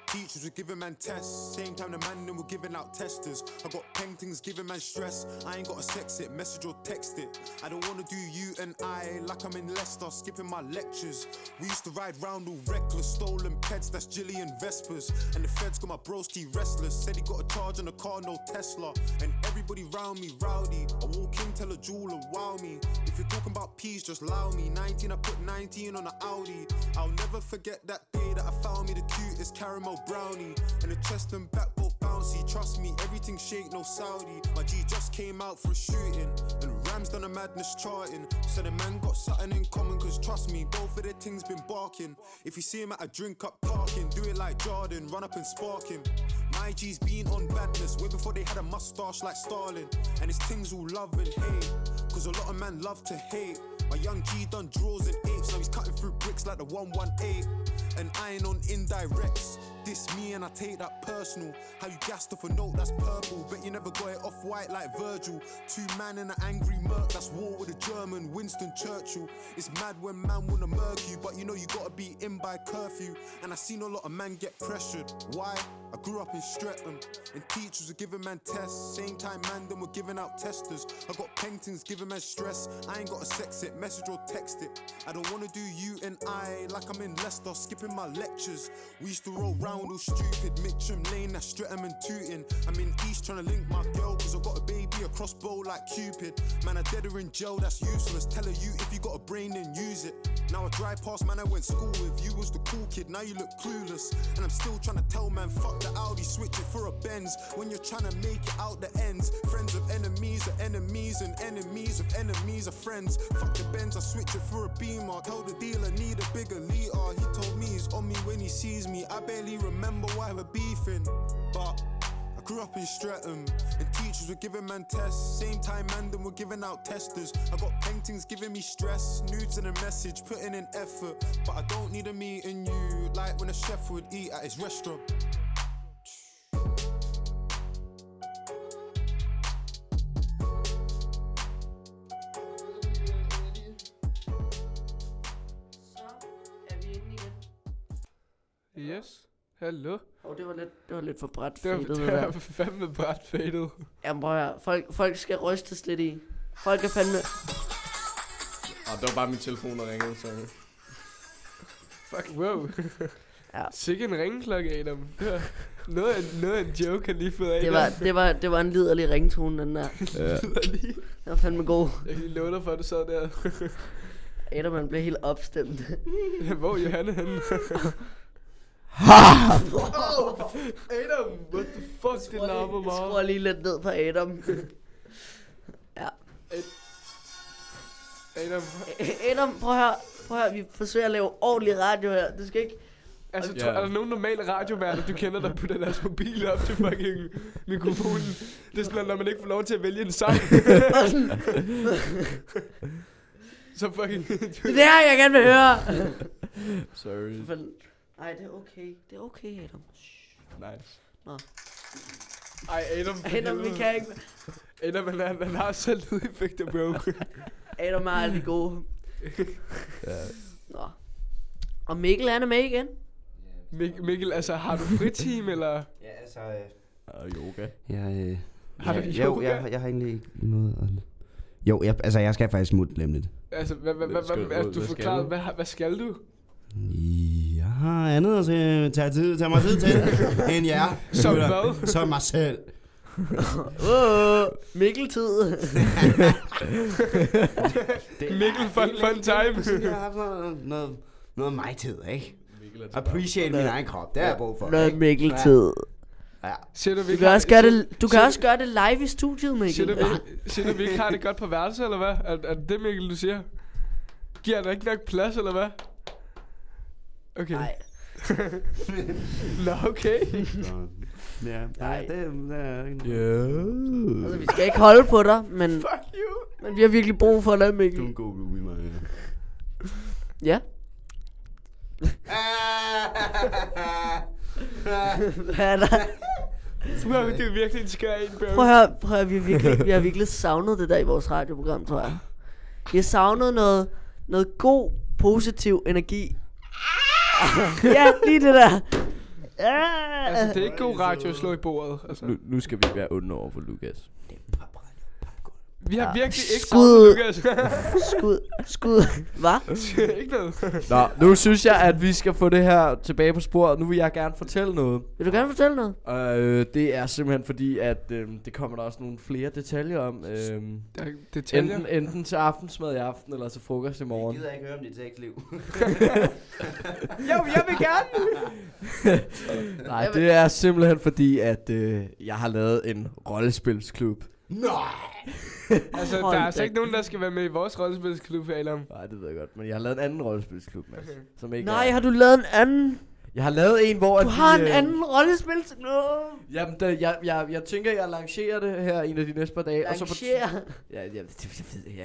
I: Teachers were giving man tests. Same time the man them were giving out testers. I got paintings giving man stress. I ain't got a sex it, message or text it. I don't wanna do you and I like I'm in Leicester, skipping my lectures. We used to ride round all reckless, stolen pets, that's Jillian Vespers. And the feds got my broski restless. Said he got a charge on a car, no Tesla. And everybody round me rowdy. I walk in, tell a jeweler, wow me. If you're talking about peace, just allow me. 19, I put 19 on an Audi. I'll never forget that day that I found me the cutest caramel brownie. And the chest and back both bouncy. Trust me, everything shake, no Saudi. My G just came out for a shooting. And Rams done a madness charting. So the man got something in common, cause trust me, both of their things been barking. If you see him at a drink up parking, do it like Jordan, run up and spark him. My G's been on badness, way before they had a mustache like Stalin. And it's things all love and hate, cause a lot of man love to hate. My young G done draws and apes, now he's cutting through bricks like the 118. And I ain't on indirects. This me and I take that personal. How you gassed off a note that's purple, bet you never got it off white like Virgil. Two man and an angry murk, that's war with a German, Winston Churchill. It's mad when man wanna murk you, but you know you gotta be in by curfew. And I seen a lot of men get pressured. Why? I grew up in Streatham, and teachers were giving man tests. Same time man them were giving out testers. I got paintings giving man stress. I ain't got a sex it, message or text it. I don't wanna do you and I like I'm in Leicester, skipping my lectures. We used to roll round all stupid, Mitcham Lane, that's Streatham and Tooting. I'm in East trying to link my girl, cause I got a baby, a crossbow like Cupid. Man, I dead her in jail, that's useless. Tell her you if you got a brain, then use it. Now I drive past, man, I went school with you was the cool kid. Now you look clueless. And I'm still trying to tell, man, fuck the Audi, switch it for a Benz. When you're trying to make it out the ends, friends of enemies are enemies, and enemies of enemies are friends. Fuck the Benz, I switch it for a Beamer. Tell the dealer, need a bigger leader. He told me he's on me when he sees me. I barely remember why we're beefing. But I grew up in Streatham, and teachers were giving man tests. Same time, Mandem were giving out testers. I got paintings giving me stress, nudes and a message, putting in effort. But I don't need a meeting you, like when a chef would eat at his restaurant.
A: Så er vi inde igen.
B: Yes. Hallo.
A: Og det var lidt, det var lidt for bræt
B: Det var,
A: fadet,
B: det var fandme bræt fadet.
A: Jamen prøv at høre. folk, folk skal rystes lidt i. Folk er fandme...
F: Og det var bare min telefon, der ringede, så...
B: Fuck, wow.
A: Ja.
B: Sikke en ringklokke, Adam. Det var noget af, en- noget af en joke, han lige fået af.
A: Det
B: der.
A: var, det, var, det var en liderlig ringtone, den der. Den var fandme god.
B: Jeg kan lige love dig for, at du sad der.
A: Etterman blev helt opstemt.
B: Ja, Hvor er Johanne henne? oh, Adam, what the fuck, det larmer
A: Skruer
B: meget.
A: lige lidt ned på Adam.
B: Adam,
A: Adam, prøv at høre. Prøv at høre, vi forsøger at lave ordentlig radio her. Det skal ikke...
B: altså,
F: Ja.
B: tror, er der nogen normale radioværter, du kender, der putter deres mobil op til fucking mikrofonen? Det er sådan, når man ikke får lov til at vælge en sang. Så fucking...
A: Det er det her, jeg gerne vil høre.
F: Sorry.
A: Nej, det er okay. Det er okay, Adam. Shh.
F: Nice.
B: Ej, Adam, for
A: Adam, vi
B: helvede.
A: kan ikke...
B: Adam, han, han, han har selv lydeffekter, bro.
A: Adam er aldrig god.
F: Ja.
A: Nå. Og Mikkel, han er med igen.
B: Mik- Mikkel, altså, har du fritime, eller?
E: Ja, altså... Øh,
F: Og yoga.
E: jeg, øh,
B: Har du
E: jeg, jo,
B: yoga?
E: jeg, jeg har egentlig ikke noget at... Jo, jeg, altså jeg skal faktisk smutte dem lidt.
B: Altså, hvad, hvad, hvad,
F: Hvad skal
B: hvad,
F: du-
B: altså, du
F: hvad skal
B: forklarede,
F: du?
B: hvad, hvad skal du?
E: Jeg har andet at se- tage, tid, tage mig tid til, end jer.
B: Som
E: gutter.
B: hvad?
E: Som mig selv.
A: Åh, Mikkel-tid.
B: Mikkel, fun, fun time.
E: Jeg har haft noget, noget, noget mig tid, ikke?
F: Mikkel er
E: Appreciate min egen krop, det har jeg brug for.
A: Noget
E: ikke?
A: Mikkel-tid.
E: Ja.
B: Siger du, vi
A: Du
B: ikke
A: kan
B: har-
A: også gøre det, du kan
B: Siger-
A: også gøre det live i studiet,
B: Siger
A: Mikkel.
B: du, vi, siger du, vi ikke har det godt på værelset, eller hvad? Er, er det det, Mikkel, du siger? Giver der ikke nok plads, eller hvad? Okay.
A: Nej,
B: Nå, okay.
E: Så, Ja,
A: Nej.
E: ja, det, det er ikke
F: Yeah.
A: altså, vi skal ikke holde på dig, men,
B: Fuck you.
A: men vi har virkelig brug for dig,
E: Du er
A: Mikkel.
E: en god roomie, Maja.
A: Ja. Hvad er der?
B: Wow, det er virkelig en skør en, bro.
A: Prøv at høre, prøv at høre vi, har virkelig, vi har virkelig savnet det der i vores radioprogram, tror jeg. Vi har savnet noget, noget god, positiv energi. ja, lige det der.
B: Altså,
A: Ja.
B: det er ikke god radio at slå i bordet. Altså,
F: Nu, nu skal vi ikke være onde over for Lukas.
B: vi har virkelig ikke
A: Skud.
B: savnet Lukas.
A: Skud, skud. Hvad?
B: ikke noget.
F: Nå, nu synes jeg, at vi skal få det her tilbage på sporet. Nu vil jeg gerne fortælle noget.
A: Vil du gerne fortælle noget?
F: Og øh, det er simpelthen fordi, at øh, det kommer der også nogle flere detaljer om. Øh,
B: Der er detaljer.
F: enten, enten til aftensmad i aften, eller til frokost i morgen.
E: gider ikke høre om dit sexliv.
F: Jo, jeg vil gerne. Nej, det er simpelthen fordi, at øh, jeg har lavet en rollespilsklub.
B: Altså,
A: Hold
B: der er altså
A: da
B: ikke nogen, der skal være med i vores rollespilsklub, Adam.
F: Nej, det ved jeg godt, men jeg har lavet en anden rollespilsklub, Mads.
B: Okay.
F: Som ikke
A: Nej,
F: er.
A: har du lavet en anden?
F: Jeg har lavet en, hvor...
A: Du
F: at
A: har
F: vi,
A: en
F: øh,
A: anden rollespil. Nå.
F: Jamen, der, jeg, jeg, jeg tænker, jeg lancerer det her en af de næste par dage. Og så på,
A: Arrangere.
F: ja, ja, det, jeg ved, ja.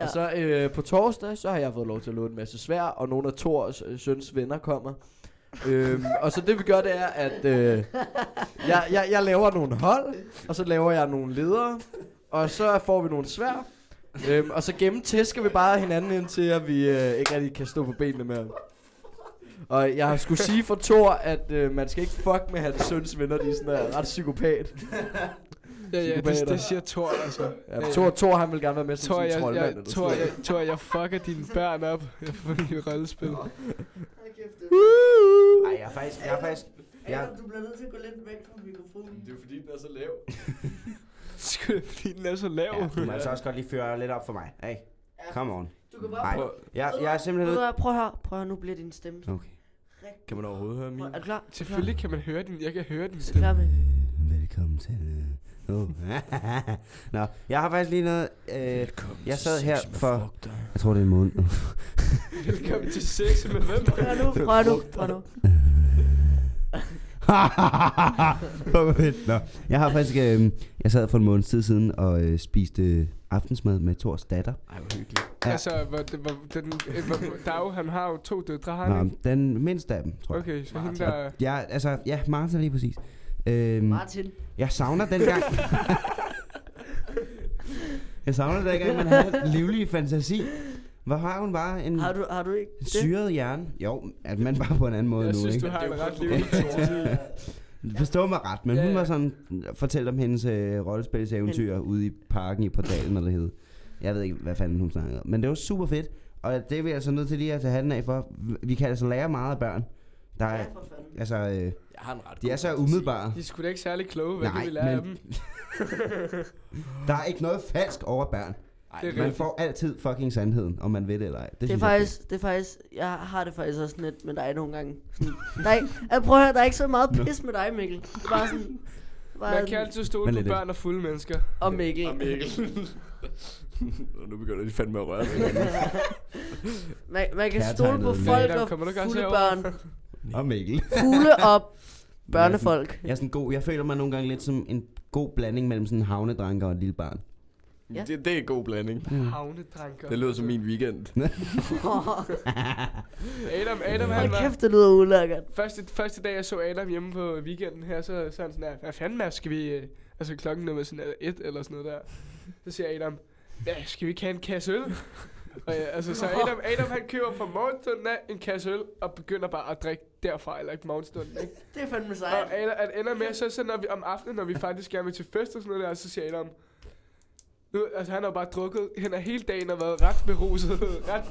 A: Ja.
F: Og så øh, på torsdag, så har jeg fået lov til at låne en masse svær, og nogle af Thors øh, søns venner kommer. øhm, og så det vi gør, det er, at øh, jeg, jeg, jeg laver nogle hold, og så laver jeg nogle ledere, og så får vi nogle svær. Øhm, og så gennemtæsker vi bare hinanden indtil, at vi øh, ikke rigtig kan stå på benene mere. Og jeg skulle sige for Thor, at øh, man skal ikke fuck med hans søns venner, de er sådan der, ret psykopat.
B: Ja, ja, det,
F: Psykopater.
B: det siger Thor, altså.
F: Ja, men Thor, Thor, han vil gerne være med som
B: Tror
F: sådan en
B: jeg,
F: troldmand.
B: jeg,
F: eller
B: tror,
F: sådan
B: jeg, tror jeg fucker dine børn op for dine rollespil.
E: Ej, jeg har faktisk... Jeg har faktisk jeg,
A: Du bliver nødt til at gå lidt væk fra mikrofonen.
F: Det er fordi, den er så lav.
B: Sgu da, fordi den er så lav.
E: ja, du må altså også godt lige føre lidt op for mig. Hey, come on.
A: Du kan bare
E: Nej,
A: prøve.
E: jeg, jeg er simpelthen
A: Ved du
E: nødt...
A: hvad, Prøv at høre, prøv at høre, nu bliver din stemme.
E: Okay.
A: Rigtig.
F: Kan man overhovedet høre min?
A: Er du klar? Er du
B: Selvfølgelig kan man høre din. Jeg kan høre
A: Klar? Er
B: din
A: du
B: stemme.
A: klar med?
E: Velkommen til... Uh, oh. Nå, jeg har faktisk lige noget... Øh, jeg sad her for... Jeg tror, det er en måned.
B: Velkommen til sex med hvem?
A: Prøv nu, prøv nu, prøv nu.
E: Hvor fedt. Nå. Jeg har faktisk... Øh, jeg sad for en måneds tid siden og øh, spiste øh, aftensmad med Tors datter.
F: Ej, hvor hyggeligt.
E: Ja.
B: Altså, hvor, det- hvor, den, øh, hvor, Dag, han har jo to døtre, har
E: Nå,
B: han ikke?
E: men den mindste af dem, tror jeg.
B: Okay, så hende der...
E: Ja, altså, ja, Martha lige præcis. Øhm,
A: Martin.
E: jeg savner den gang. jeg savner den gang, man havde livlig fantasi. Hvor har hun bare en
A: Har du, har du ikke det?
E: syret hjerne? Jo, at man bare på en anden måde
B: Jeg
E: nu,
B: synes,
E: ikke?
B: du har en ret livlig
A: Ja.
E: Forstå mig ret, men
B: Ja,
E: ja, hun
B: ja.
E: var sådan, fortælte om hendes øh, rollespilseventyr ude i parken i portalen, eller det hed. Jeg ved ikke, hvad fanden hun snakkede om. Men det var super fedt, og det er vi altså nødt til lige at tage hatten af for. Vi kan altså lære meget af børn. Der
A: Ja,
E: er,
A: for fanden.
E: altså, øh,
F: Jeg har en ret
E: de er
F: god
E: så
F: fantasi.
E: umiddelbare.
B: De er sgu da ikke særlig kloge, hvad
E: Nej,
B: de vil lære af
E: men-
B: dem.
E: Der er ikke noget falsk over børn.
F: Ej,
B: Det er
E: Man
B: rigtigt.
E: får altid fucking sandheden, om man ved det eller ej.
A: Det er
E: synes jeg
A: faktisk, det er faktisk, jeg har det faktisk også lidt med dig nogle gange. Sådan, der er, ikke- jeg prøver at høre, der er ikke så meget pis med dig, Mikkel. Det er bare sådan, bare
B: Man kan
A: sådan,
B: altid stole
E: Men
B: på
E: lidt-
B: børn og fulde mennesker.
A: og Mikkel.
F: Og Mikkel. Og nu begynder de fandme at røre ved hinanden.
A: Man, man kan
E: Kærtegnet
A: stole på
E: Mikkel.
A: folk
B: Adam,
A: og
B: kommer du ikke også
A: fulde
B: herover?
A: børn.
E: fedt. Og Mikkel.
A: Fugle og børnefolk.
E: Jeg er sådan god. Jeg føler mig nogle gange lidt som en god blanding mellem sådan en havnedranker og et lille barn.
A: Ja.
F: det, det er en god blanding.
B: Havnedranker.
F: Det lyder som min weekend.
B: Adam, Adam, han
A: Hold
B: var...
A: kæft, det lyder ulækkert.
B: Første, første dag, jeg så Adam hjemme på weekenden her, så så han sådan her, hvad fanden er, skal vi... øh, Altså klokken nummer sådan øh, et eller sådan noget der. Så siger Adam, ja, skal vi ikke have en kasse øl? og ja, altså, så Adam, Adam han køber fra morgenstunden af en kasse øl, og begynder bare at drikke derfra, eller ikke morgenstunden, ikke?
A: Det er fandme sejt.
B: Og Adam, at ender med, så, så når vi, om aftenen, når vi faktisk gerne vil til fest og sådan noget der, så siger Adam, nu, altså han har bare drukket hen ad hele dagen og været ret beruset. ret,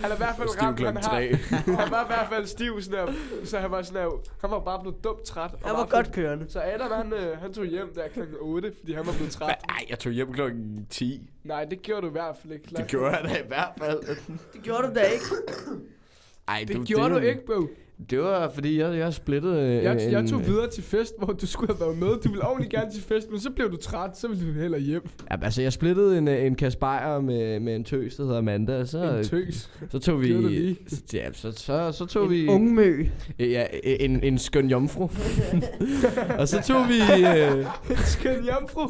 B: han er i hvert fald
F: Stiv
B: ramt, han
F: klokken
B: har.
F: tre.
B: Han var i hvert fald stiv, sådan her, så han var, sådan her, han var bare blevet dumt træt. og
A: Han var
B: bare
A: godt
B: fuld.
A: kørende.
B: Så Adam, han, øh, han tog hjem der kl. 8, fordi han var blevet træt.
F: Nej, jeg tog hjem klokken 10.
B: Nej, det gjorde du i hvert fald ikke. Klar.
F: Det gjorde jeg da i hvert fald.
A: Det gjorde du da ikke.
F: Ej,
B: det gjorde du ikke, bro.
F: Det var, fordi jeg, jeg splittede... øh,
B: Jeg, jeg
F: en-
B: tog videre til fest, hvor du skulle have været med. Du ville ordentligt gerne til fest, men så blev du træt, så ville du hellere hjem.
F: Ja, altså, jeg splittede en, øh, en kasse bajer med, med en tøs, der hedder Amanda, og så,
B: En tøs.
F: så tog vi...
B: Gjorde du lige?
F: Så, ja, så, så, så tog vi...
A: En ungmø.
F: Ja, en, en skøn jomfru. og så tog vi... Øh,
B: Skøn jomfru.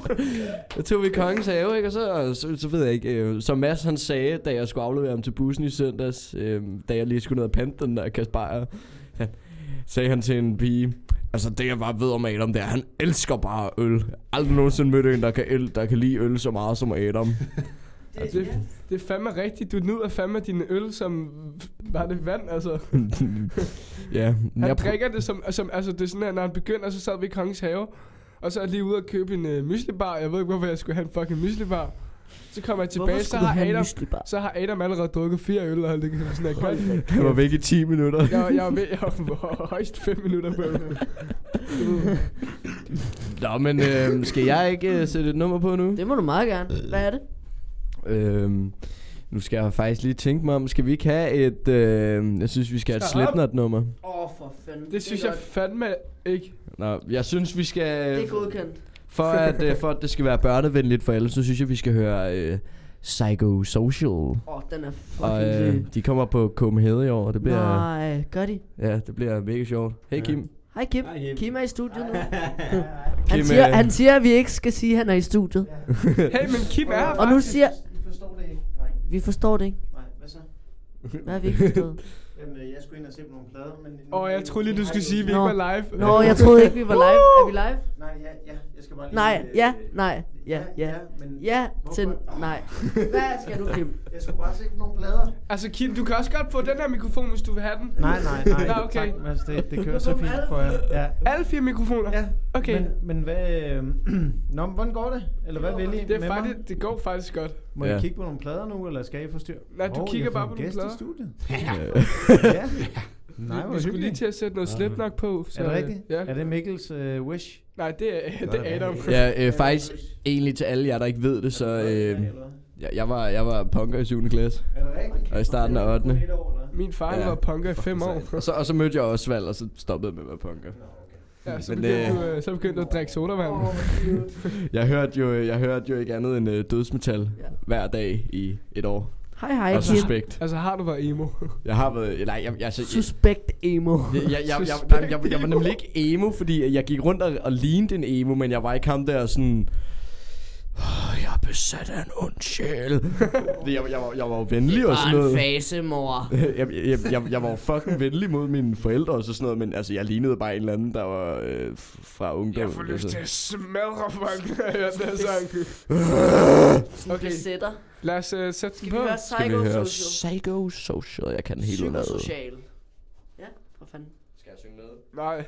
F: Så tog vi kongens have, ikke? Og så, og så, så ved jeg ikke, øh, som Mads han sagde, da jeg skulle aflevere ham til bussen i søndags, øh, da jeg lige skulle ned og pante den der Kasper, han, sagde han til en pige, altså det jeg bare ved om Adam, det er, han elsker bare øl. Jeg har aldrig nogensinde mødt en, der kan, el, der kan lide øl så meget som Adam.
B: Det, det, det er fandme rigtigt. Du nyder fandme din øl som... Var det vand, altså?
F: ja,
B: Han
F: jeg
B: jeg
F: prøv-
B: drikker det som, som, altså det er sådan her, når han begynder, så sad vi i Kongens Have, og så er jeg lige ude og købe en uh, myslibar. Jeg ved ikke, hvorfor jeg skulle have en fucking myslibar. Så kommer jeg tilbage, så har, Adam,
A: myslibar?
B: så har Adam allerede drukket fire øl, og det sådan her koldt.
F: han var væk i 10 minutter.
B: Jeg, var- jeg, var ved, jeg var højst fem minutter på øl.
F: Nå, men øh, skal jeg ikke øh, sætte et nummer på nu?
A: Det må du meget gerne. Hvad er det?
F: Øhm, nu skal jeg faktisk lige tænke mig om, skal vi ikke have et, øh, jeg synes vi skal have et
B: Stop.
F: Slipknot-nummer.
A: Åh, oh, for fanden.
B: Det synes jeg fandme ikke.
F: Nå, jeg synes vi skal,
A: Det er godkendt.
F: for at, øh, for at det skal være børnevenligt for alle, så synes jeg vi skal høre øh, Psychosocial.
A: Åh, oh, den er
F: Og
A: fucking syg.
F: øh, de kommer på Copenhagen i år, og det bliver,
A: Nej, gør de?
F: ja, det bliver mega sjovt. Hey Kim.
A: Hej Kim. Kim er i studiet nu. Han
F: Kim,
A: siger,
F: øh,
A: han siger, at vi ikke skal sige, at han er i studiet.
B: Hey, men Kim er her
A: Og nu
B: faktisk.
A: siger...
J: I forstår det ikke, dreng.
A: Vi forstår det ikke.
J: Nej, hvad så?
A: Hvad har vi ikke forstået?
J: Jamen, øh, jeg skulle ind og se på nogle plader, men...
B: Åh, jeg troede lige, du skulle sige, at vi
A: Nå.
B: ikke var live.
A: Nå, jeg troede ikke, vi var live. Er vi live?
J: Nej, ja, ja, jeg skal bare lige...
A: Nej,
J: øh,
A: ja, nej, ja, ja.
J: men
A: Ja
J: Hvorfor?
A: til... Nej. Hvad skal du, Kim?
J: jeg skulle bare se på nogle plader.
B: Altså Kim, du kan også godt få den her mikrofon, hvis du vil have den.
J: Nej, nej, nej.
B: Nå, okay.
J: Tak, Mads, det, det kører så fint for jer. Ja.
B: Alle fire mikrofoner?
J: Ja,
B: Okay.
J: men, men hvad... Øh, Nå, men hvordan går det? Eller hvad vil I
B: Det,
J: med
B: er
J: mig?
B: faktisk, det går faktisk godt.
J: Må jeg
F: Ja.
J: kigge på nogle plader nu, eller skal I forstyrre?
B: Nej, du
J: Hov, jeg
B: kigger
J: får
B: bare
J: en
B: på nogle
J: gæst i
B: plader.
J: studiet.
F: Øh,
J: Ja. Nej, hvor
B: Vi skulle lige
J: hyggeligt.
B: til at sætte noget slipnok på. Så, øh,
J: Er det rigtigt?
B: Ja.
J: Er det Mikkels øh, wish?
B: Nej, det er, det er Adam.
F: ja, øh, faktisk egentlig til alle jer, der ikke ved det, så øh, Jeg, jeg, var, jeg var punker i 7. klasse.
J: Er det rigtigt?
F: Og i starten af 8.
B: Min far
F: Ja.
B: ja. var punker i fem år.
F: Og så, og så mødte jeg også Val, og så stoppede jeg med at være punker.
B: Ja, så,
F: Men
B: begyndte
F: det-
B: du, øh, så begyndte du at drikke sodavand.
F: Jeg hørte jo, jeg hørte jo ikke andet end øh, dødsmetal
A: Ja.
F: hver dag i et år.
A: Hej hej,
F: og
A: Kim.
F: suspekt.
B: Altså, har du været emo?
F: Jeg har været... Nej, jeg, jeg, jeg, jeg,
A: Suspekt emo.
F: Jeg, jeg, jeg, jeg, nej, jeg, jeg, jeg var nemlig ikke emo, fordi jeg gik rundt og, og lignede en emo, men jeg var ikke ham der sådan... "Åh, Jeg er besat af en ond sjæl. Fordi jeg, jeg, var, jeg var jo venlig og
A: Bare
F: sådan
A: en
F: noget.
A: fase, mor.
F: Jeg, jeg, jeg, jeg var jo fucking venlig mod mine forældre og så sådan noget, men altså, jeg lignede bare en eller anden, der var øh, f- fra ungdom. Altså,
B: Jeg får lyst til at smadre folk, når jeg hører den her sang.
A: Sådan
B: Okay.
A: okay. besætter.
B: Lad os uh, sætte den
A: Skal vi
B: på.
A: høre
F: Skal vi høre
A: psychosocial?
F: psychosocial? Jeg kan helt undad.
A: Psykosocial. Ja, for fanden.
F: Skal jeg synge med?
B: Nej.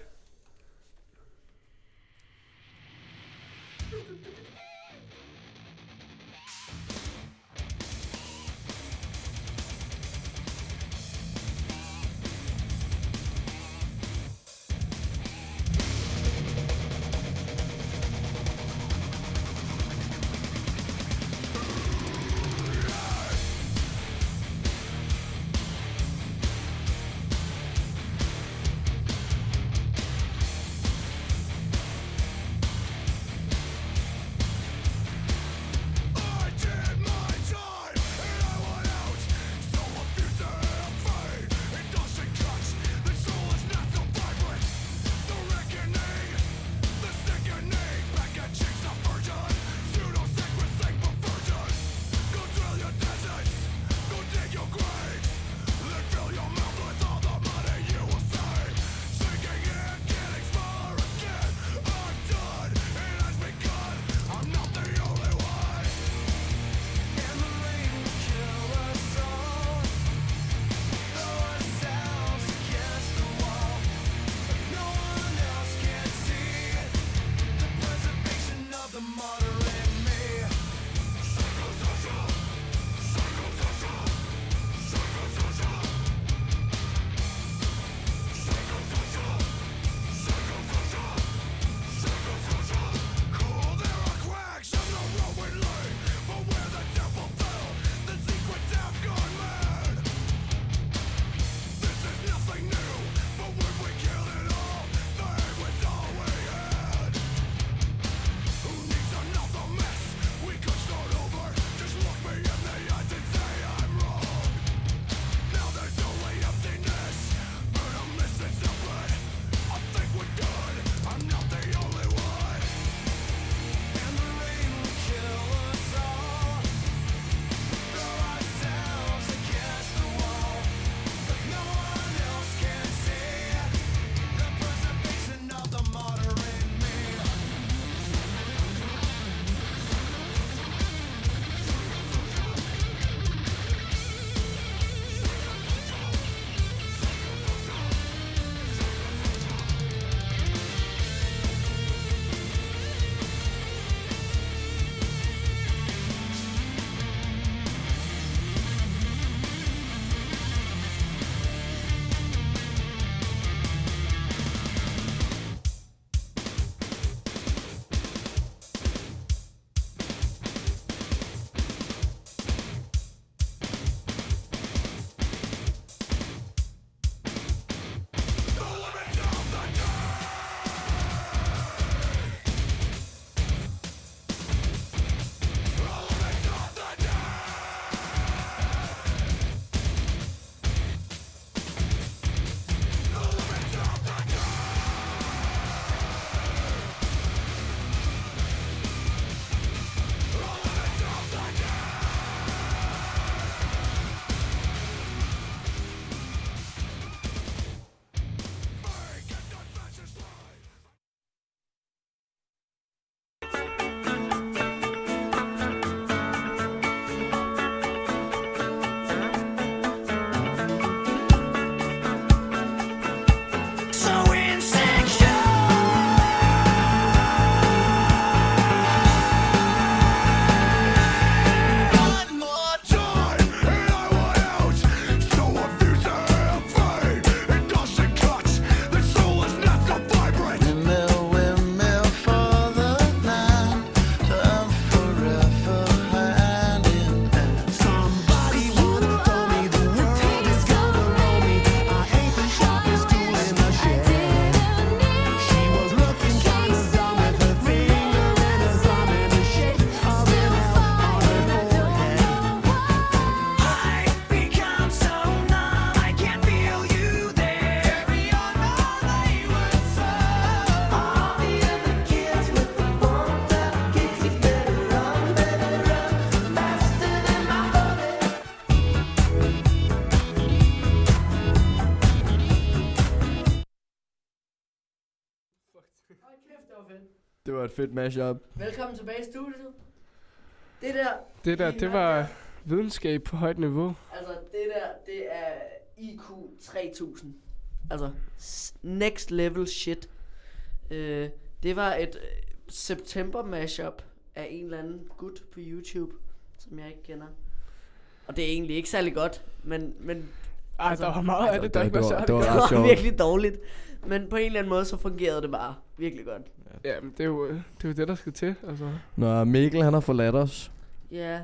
F: Åh,
A: Hold kæft, det var fedt.
F: Det var et fedt mashup.
A: Velkommen tilbage i studiet. Det der,
B: Det der,
A: I
B: det
A: hørte
B: var videnskab på højt niveau.
A: altså det der, det er IQ 3000. Altså s- next level shit. Øh, det var et øh, september mashup af en eller anden gut på YouTube, som jeg ikke kender. Og det er egentlig ikke særlig godt, men, men
B: Ej,
A: Altså,
B: der var meget af det, der ikke var
F: det var-
B: særlig
F: det var-
B: godt.
A: det
F: ret
A: var
F: sjovt.
A: virkelig dårligt. Men på en eller anden måde, så fungerede det bare virkelig godt.
B: Jamen, det er jo øh, det, er jo det der skal til. Altså.
F: Nå, Mikkel han har forladt os.
A: Ja.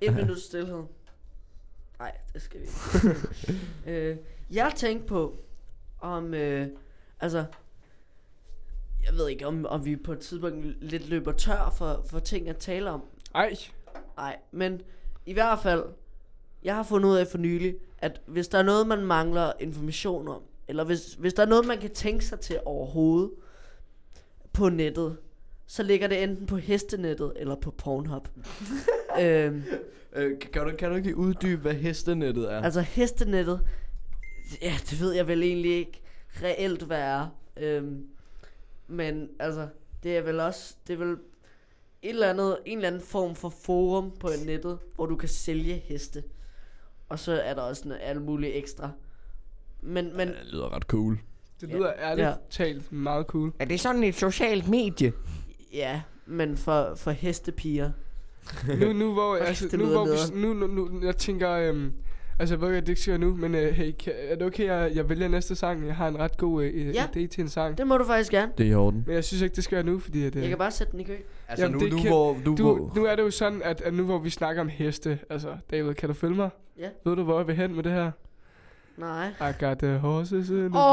A: Et minut stillhed. Nej, det skal vi ikke. øh, jeg tænkte på, om... Øh, altså... Jeg ved ikke, om, om vi på et tidspunkt lidt løber tør for, for ting at tale om.
B: Ej,
A: Nej, men i hvert fald... Jeg har fundet ud af for nylig, at hvis der er noget, man mangler information om, eller hvis, hvis der er noget, man kan tænke sig til overhovedet på nettet, så ligger det enten på hestenettet eller på Pornhub. øhm,
F: Øh, kan, kan, du, kan du ikke lige uddybe, hvad hestenettet er?
A: Altså hestenettet, ja, det ved jeg vel egentlig ikke reelt, hvad er. Øhm, men altså, det er vel også, det er vel et eller andet, en eller anden form for forum på nettet, hvor du kan sælge heste. Og så er der også noget, alt muligt ekstra. Men, men,
F: det lyder ret cool.
B: det
A: Ja.
B: lyder ærligt
A: Ja.
B: talt meget cool.
F: Er det sådan et socialt medie?
A: ja, men for, for hestepiger.
B: Nu, nu hvor,
A: Hold
B: altså,
A: kæft, det
B: nu,
A: lyder
B: hvor vi,
A: nederen.
B: nu, nu, nu, jeg tænker, øhm, altså jeg ved ikke, at det ikke siger nu, men øh, hey, kan, er det okay, jeg, jeg vælger næste sang? Jeg har en ret god øh,
A: Ja.
B: ja. idé til en sang.
A: Det må du faktisk gerne.
F: Det er i orden.
B: Men jeg synes ikke, det skal være nu, fordi at, øh,
A: Jeg kan bare sætte den i kø.
F: Altså
B: Jamen,
F: nu,
B: det
F: du,
B: kan-
F: hvor, du,
B: du,
F: hvor,
B: nu er det jo sådan, at, at nu hvor vi snakker om heste, altså David, kan du følge mig?
A: Ja.
B: Ved du, hvor jeg vil hen med det her?
A: Nej.
B: I got the horses in the back.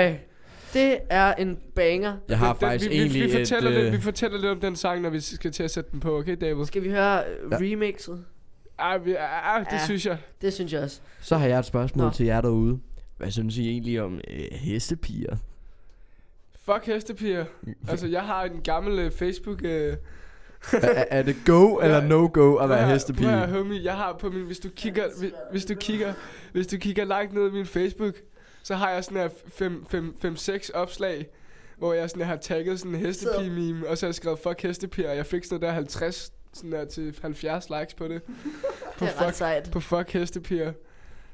A: Øj, det er en banger.
F: Jeg har
B: Den- den-
F: faktisk
B: vi,
F: egentlig
B: vi, vi, fortæller
F: et...
B: lidt,
F: øh,
B: vi fortæller lidt om den sang, når vi skal til at sætte den på, okay, David?
A: Skal vi høre øh, remixet?
B: Ej, vi, ah, det
A: Ja.
B: synes jeg.
A: Det synes jeg også.
F: Så har jeg et spørgsmål
A: Nå.
F: Nå. til jer derude. Hvad synes I egentlig om øh, hestepiger?
B: Fuck hestepiger. Altså, jeg har en gammel øh, Facebook... Øh,
F: er, er det go eller
B: Ja.
F: no go at
B: Prøv
F: være
B: her-
F: hestepige?
B: prøv her, homie, jeg har på min, hvis du kigger, hvis, hvis du kigger, hvis du kigger langt ned i min Facebook, så har jeg sådan her 5-6 opslag, hvor jeg sådan har tagget sådan en hestepige-meme, og så har jeg skrevet fuck hestepiger, og jeg fik sådan noget der 50 sådan der til 70 likes på det. På
A: Det er ret
B: fuck,
A: sejt.
B: på fuck hestepiger.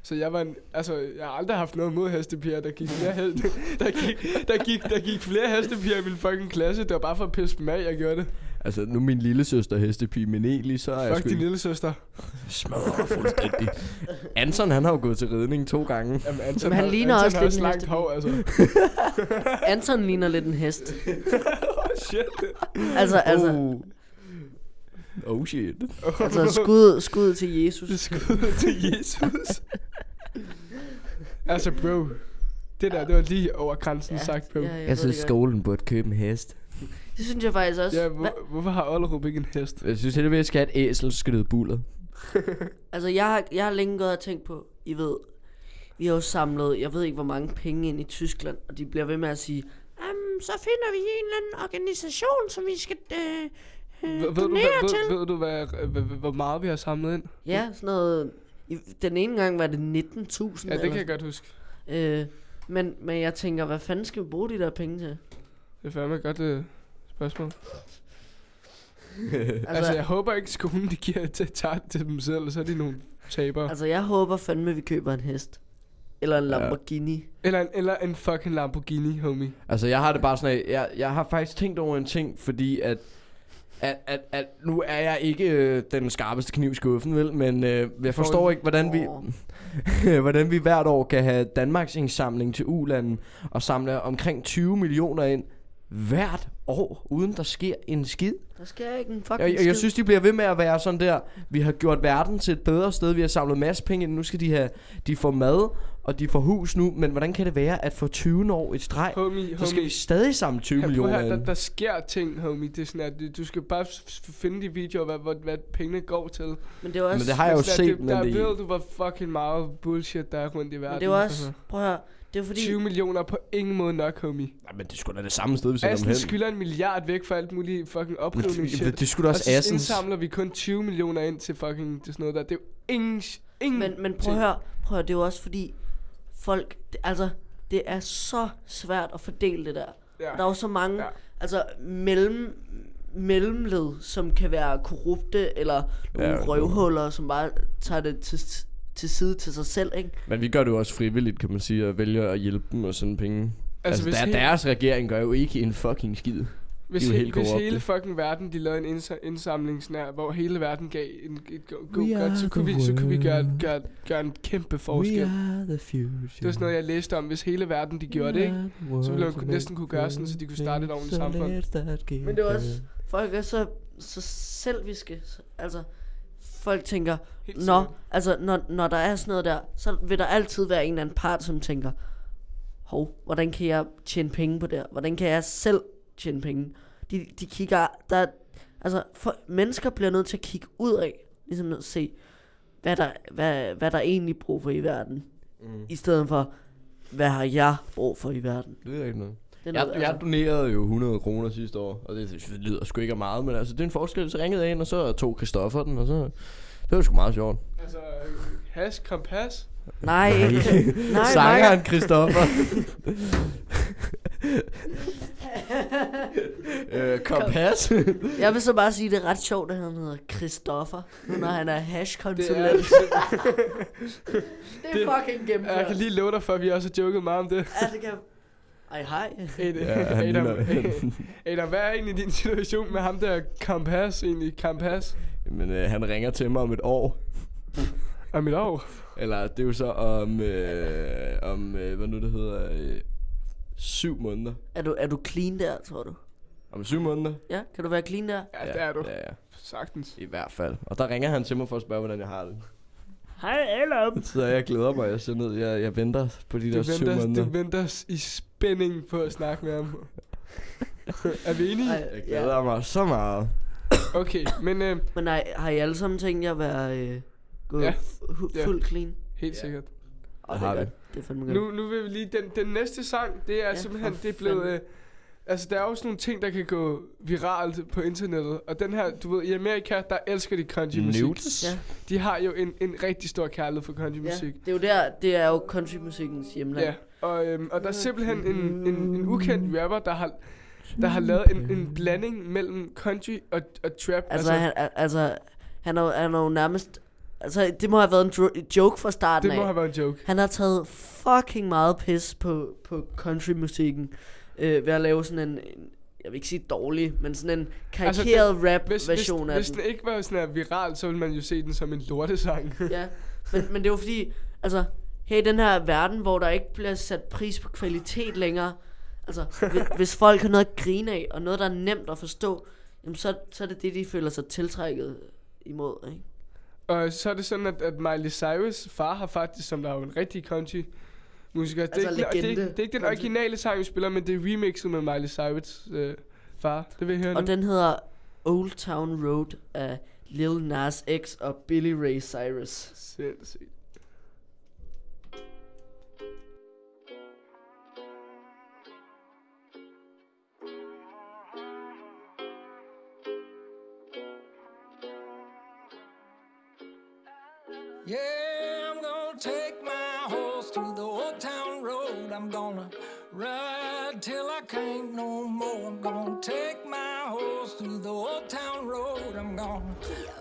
B: Så jeg var en, altså, jeg har aldrig haft noget mod hestepiger, der gik flere, hel, der gik, der gik, der gik flere hestepiger i min fucking klasse. Det var bare for at pisse dem af, jeg gjorde det.
F: Altså, nu er min lille søster hestepige, men egentlig så er jeg
B: Fuck
F: sgu
B: din
F: ikke-
B: lille søster.
F: smadrer mig fuldstændig. Anton, han har jo gået til ridning to gange.
B: Jamen, Anton,
A: Jamen, han
B: har-
A: ligner
B: Anton
A: også
B: har
A: lidt
B: også
A: en
B: langt
A: hestepige.
B: hår, altså.
A: Anton ligner lidt en hest.
B: oh, shit.
A: Altså,
B: Uh.
A: altså,
F: Oh. oh shit.
A: altså skud, skud til Jesus.
B: Skud til Jesus. altså, bro. Det der, det var lige over grænsen ja, sagt, bro. Ja,
A: jeg,
F: Jeg synes, Altså, skolen burde købe en hest.
A: det synes jeg faktisk også.
B: ja
A: Ja, Hva?
B: hvor, hvorfor har Ollerup ikke en hest?
F: Jeg synes, at vi skal have et æsel, så skal det hedde bullet.
A: Altså, jeg har, jeg har længe gået og tænkt på, I ved, vi har jo samlet, jeg ved ikke, hvor mange penge ind i Tyskland, og de bliver ved med at sige, "Jamen, så finder vi en eller anden organisation, som vi skal øh, øh,
B: Ved, ved, du,
A: donere
B: hvad,
A: til.
B: ved, ved du, hvad, hvad, hvad, hvor meget vi har samlet ind?
A: Ja, sådan noget. i- Den ene gang var det 19.000.
B: Ja, det kan
A: eller-
B: jeg godt huske.
A: Øh, men, men jeg tænker, hvad fanden skal vi bruge de der penge til?
B: Det er fandme et godt øh, spørgsmål.
A: Altså,
B: Altså, jeg håber ikke, skolen de giver til, tager det til dem selv, så er de nogle tabere.
A: Altså, jeg håber fandme, vi køber en hest. Eller en Lamborghini. Ja.
B: Eller, en, eller en fucking Lamborghini, homie.
F: Altså, jeg har det bare sådan, at jeg, jeg har faktisk tænkt over en ting, fordi at, at, at, at nu er jeg ikke øh, den skarpeste kniv i skuffen, vel? Men øh, jeg forstår ikke, hvordan vi, hvordan vi hvert år kan have Danmarks indsamling til ulanden og samle omkring 20 millioner ind hvert år, uden der sker en skid.
A: Der sker ikke en fucking
F: Jeg, jeg, jeg
A: skid.
F: synes, de bliver ved med at være sådan der, vi har gjort verden til et bedre sted, vi har samlet masse penge, ind, nu skal de have, de får mad, og de får hus nu, men hvordan kan det være, at for 20 år et streg,
B: Homie,
F: så skal
B: homie.
F: vi stadig samle 20
B: Ja, prøv
F: millioner
B: her, der,
F: ind.
B: der sker ting, homie. Det er sådan, at du- du skal bare f- f- finde de videoer, hvad, hvad, hvad pengene går til.
A: Men det er også...
F: Men det har jeg jo
B: sådan, at
F: set,
B: det,
F: men
B: der
F: det,
B: ved du, hvor fucking meget bullshit, der er rundt i verden.
A: men det er jo også...
B: Altså,
A: Prøv at høre, Det er fordi...
B: 20 millioner er på ingen måde nok, homie.
F: nej, men det er sgu da det samme sted, vi sender dem
B: Assen
F: hen.
B: skylder en milliard væk for alt muligt fucking
F: Men
B: oprivning
F: det- Det,
B: shit.
F: det skulle da
B: Og
F: også
B: så
F: Assens.
B: indsamler vi kun 20 millioner ind til fucking det sådan noget der. Det er jo ingen... sh- ingen
A: Men, men prøv at
B: ting.
A: høre, prøv at høre, det er jo også fordi folk, det, altså, det er så svært at fordele det der.
B: Ja.
A: Og der er jo så mange
B: Ja.
A: ja. altså, mellem, mellemled, som kan være korrupte, eller nogle
F: Ja,
A: ja, røvhuller, som bare tager det til, til side til sig selv, ikke?
F: Men vi gør det jo også frivilligt, kan man sige, og vælger at hjælpe dem og sådan penge. Altså,
B: hvis
F: altså der,
B: he-
F: deres regering gør jo ikke en fucking skid.
B: Hvis,
F: De er jo
B: he,
F: helt
B: hvis
F: korrupte.
B: hele fucking verden de lavede en indsa- indsamlingsnær, hvor hele verden gav en, et go- god
F: We
B: godt, så
F: are
B: kunne, vi,
F: the
B: så kunne vi gøre,
F: world.
B: gøre, gøre en kæmpe forskel.
F: are the future.
B: Det var sådan noget, jeg læste om. Hvis hele verden de gjorde det, ikke? Så ville man kunne- næsten kunne gøre sådan, så de kunne starte et ordentligt samfund.
F: samfund.
A: Men det er også, folk er så, så selviske. Så- Altså, folk tænker,
B: Helt
A: Nå,
B: sikkert.
A: altså når, når der er sådan noget der, så vil der altid være en eller anden part, som tænker, hov, hvordan kan jeg tjene penge på det her? Hvordan kan jeg selv tjene penge? De, de kigger, der, altså for, mennesker bliver nødt til at kigge ud af, ligesom at se, hvad der, hvad, hvad der egentlig er brug for i verden, mm. i stedet for, hvad har jeg brug for i verden?
F: Det ved jeg ikke noget.
A: Det er
F: Jeg,
A: noget, altså.
F: jeg donerede jo 100 kroner sidste år, og det, det lyder sgu ikke af meget, men altså, det er en forskel. Så ringede jeg ind, og så tog Christoffer den, og så... Det var sgu meget sjovt.
B: Altså, øh, hash, kompas.
A: nej, ikke. nej, nej,
F: Sangeren Christoffer. øh, kompas.
A: jeg vil så bare sige, det er ret sjovt, at han hedder Christoffer, nu når han er
B: Det
A: hashkonsulent.
B: er,
A: Det er fucking gennemført.
B: jeg kan lige love dig for, at vi også har joket meget om det.
A: Ja, det kan... Ej, hej.
B: Adam,
F: Ja, han
B: Adam,
F: ligner-
B: Adam, hvad er egentlig din situation med ham der kompas egentlig? Kompas?
F: Men øh, han ringer til mig om et år.
B: Er mit år?
F: Eller det er jo så om, øh, om øh, hvad nu det hedder, øh, syv måneder.
A: Er du, er du clean der, tror du?
F: Om syv måneder?
A: Ja, kan du være clean der?
B: Ja, det er du.
F: Ja, ja.
B: Sagtens.
F: I hvert fald. Og der ringer han til mig for at spørge, hvordan jeg har det.
A: Hej, Adam.
F: Så jeg glæder mig, jeg ser ned. Jeg, jeg venter på de
B: Du
F: der syv
B: venter,
F: måneder.
B: du venter i spænding på at snakke med ham. er vi enige?
F: Jeg glæder mig så meget.
B: Okay, men øh,
A: Men nej, har I alle sammen tænkt jer at være øh, gået
B: Ja.
A: ja. fu-
B: Ja.
A: fuld clean?
B: helt sikkert.
A: Og
F: har
A: det, er
F: vi.
A: godt. det er fandme godt.
B: Nu, nu vil vi lige, den, den næste sang, det er ja,
A: Ja,
B: simpelthen,
A: for
B: det er blevet,
A: fanden.
B: øh, altså der er jo sådan nogle ting, der kan gå viralt på internettet, og den her, du ved, i Amerika, der elsker de country musik.
F: Nudes.
A: Ja.
B: De har jo en, en rigtig stor kærlighed for country
A: Ja,
B: musik.
A: det er jo der, det er jo countrymusikkens hjemland.
B: Ja,
A: Ja.
B: og, øhm, og der er simpelthen en, en, en ukendt rapper, der har, der har lavet en, en blanding mellem country og, og trap.
A: Altså, han, al- altså, han er, jo- han er jo nærmest... Altså, det må have været en dro- joke fra starten
B: det må
A: af.
B: have været en joke.
A: Han har taget fucking meget pis på, på countrymusikken øh, ved at lave sådan en, en, jeg vil ikke sige dårlig, men sådan en karikeret altså,
B: Hvis, hvis,
A: rap-version af
B: hvis
A: den.
B: den ikke var sådan her viral, så ville man jo se den som en lortesang.
A: Ja, men, men det er jo fordi, altså, her i den her verden, hvor der ikke bliver sat pris på kvalitet længere, altså, hvi- hvis folk har noget at grine af, og noget, der er nemt at forstå, jamen, så, så er det det, de føler sig tiltrækket imod, ikke?
B: Mm-hmm. Og så er det sådan, at, at Miley Cyrus far har faktisk, som der er jo en rigtig country musiker. det,
A: Altså
B: er ikke, og det, er ikke-
A: legende
B: det er ikke den
A: country.
B: originale sang, vi spiller, men det er remixet med Miley Cyrus øh, far. Det vil jeg høre
A: Og
B: nu.
A: den hedder Old Town Road af Lil Nas X og Billy Ray Cyrus.
B: Sindssygt.
K: Yeah, I'm gonna take my horse through the old town road. I'm gonna ride till I can't no more. I'm gonna take my horse through the old town road. I'm gonna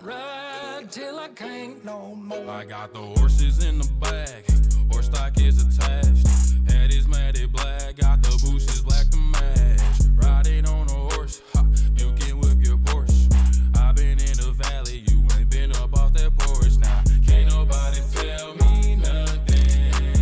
K: ride till I can't no more.
L: I got the horses in the back, horse stock is attached. Head is matted black, got the bushes black to match. Riding on a horse, ha, you can whip your Porsche. I've been in the valley, you ain't been up off that porch. Now, can't nobody tell me nothing.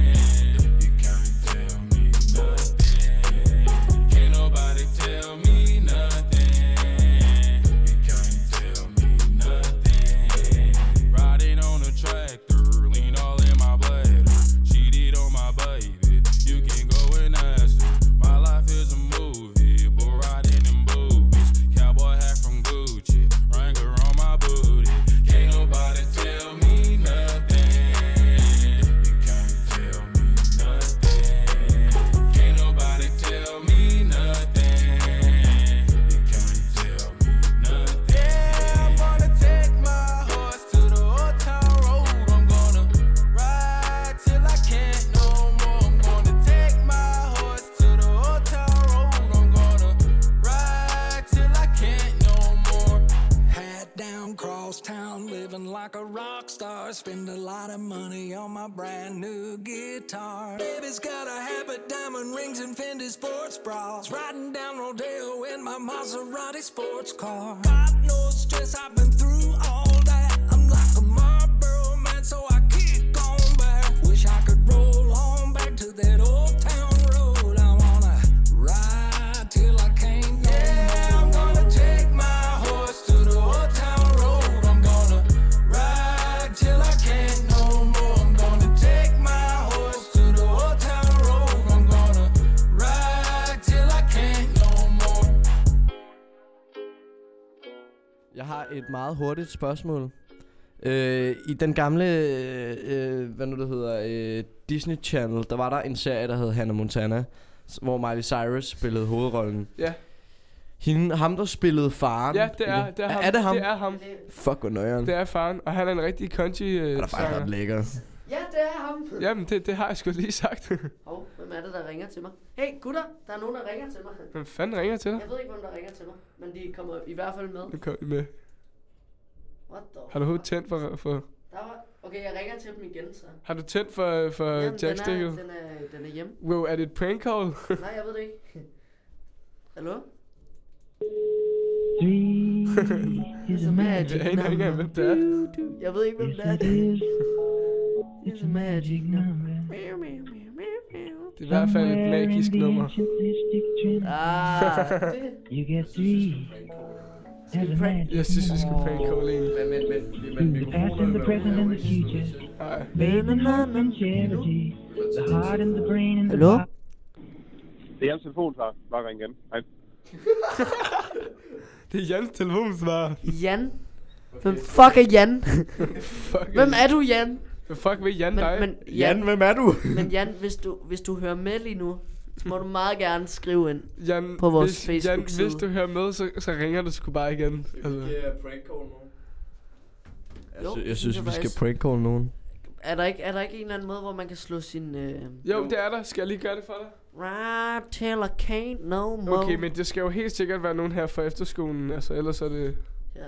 L: You can't tell me nothing. Can't nobody tell me nothing. You can't tell me nothing. Riding on a tractor, lean all in my bladder. Cheated on my baby,
K: like a rock star. Spend a lot of money on my brand new guitar. Baby's got a habit, diamond rings, and Fendi sports bras. Riding down Rodeo in my Maserati sports car. Got no stress, I've been through all that. I'm like a Marlboro man, so I kick on back. Wish I could roll on back to that old town road. I wanna ride till I can't no more. I'm gonna take my horse to the old town road. I'm gonna ride till I can't no more. I'm gonna take my horse to the old town road. I'm gonna ride till I can't no more.
F: Jeg har et meget hurtigt spørgsmål. Øh, I den gamle, øh, øh, hvad nu det hedder, øh, Disney Channel, der var der en serie, der hed Hannah Montana, s- hvor Miley Cyrus spillede hovedrollen.
B: Ja.
F: Hende, ham der spillede faren.
B: Ja, det
F: i
B: er, det er, ham.
F: Er det ham?
B: Det er ham.
F: Fuck, hvor nøjeren.
B: Det er faren, og han er en rigtig country øh,
F: Han er faktisk ret
B: sanger.
F: lækker.
A: Ja, det er ham.
B: Jamen, det, det har jeg sgu lige sagt.
A: Hov, hvem er det, der ringer til mig? Hey, gutter, der er nogen, der ringer til mig.
B: Hvem fanden ringer til dig?
A: Jeg ved ikke, hvem der ringer til mig, men de kommer i hvert fald med.
B: Nu kom I med.
A: What the
B: Har du overhovedet tændt for, for,
A: Der var... Okay, jeg ringer til dem igen, så.
B: har du tændt for, øh, for
A: Jamen, den
B: jackstikket?
A: er, den er, den er hjemme.
B: Wow, er det et prank call?
A: Nej, jeg ved det ikke. Hallo? He's a magic
B: Jeg aner ikke, engang, hvem det er.
A: Jeg ved ikke, hvem det er. It's a magic number.
B: Det er i hvert fald et magisk nummer.
A: Ah, det.
B: Jeg synes, vi skal prank call en.
F: Men, men, men, men mikrofonerne
B: Nej.
A: Hallo?
M: Det er Jans telefon, så bare ring igen. Hej.
B: Det er Jans telefonsvar.
A: Jan? Hvem fuck er Jan?
B: Fuck.
A: Hvem er du, Jan?
B: Hvad fuck ved Jan
A: Men-
B: dig?
A: men Jan, Jan,
F: hvem er du?
A: Men Jan, hvis du, hvis du hører med lige nu, så må du meget gerne skrive ind.
B: Jan,
A: på vores
B: hvis,
A: Facebook-side.
B: Jan, hvis du hører med, så, så ringer du sgu bare igen. Altså.
F: prank call nogen. Jeg,
A: Jo,
F: sy- jeg
A: det
F: synes,
A: synes
F: vi
A: jeg
F: skal
A: faktisk.
F: prank call nogen.
A: Er der ikke, er der ikke en eller anden måde, hvor man kan slå sin... Øh,
B: Jo, det er der. Skal jeg lige gøre det for dig?
A: rap till I can't no more?
B: Okay, men det skal jo helt sikkert være nogen her fra efterskolen. Altså, ellers er det,
A: Ja.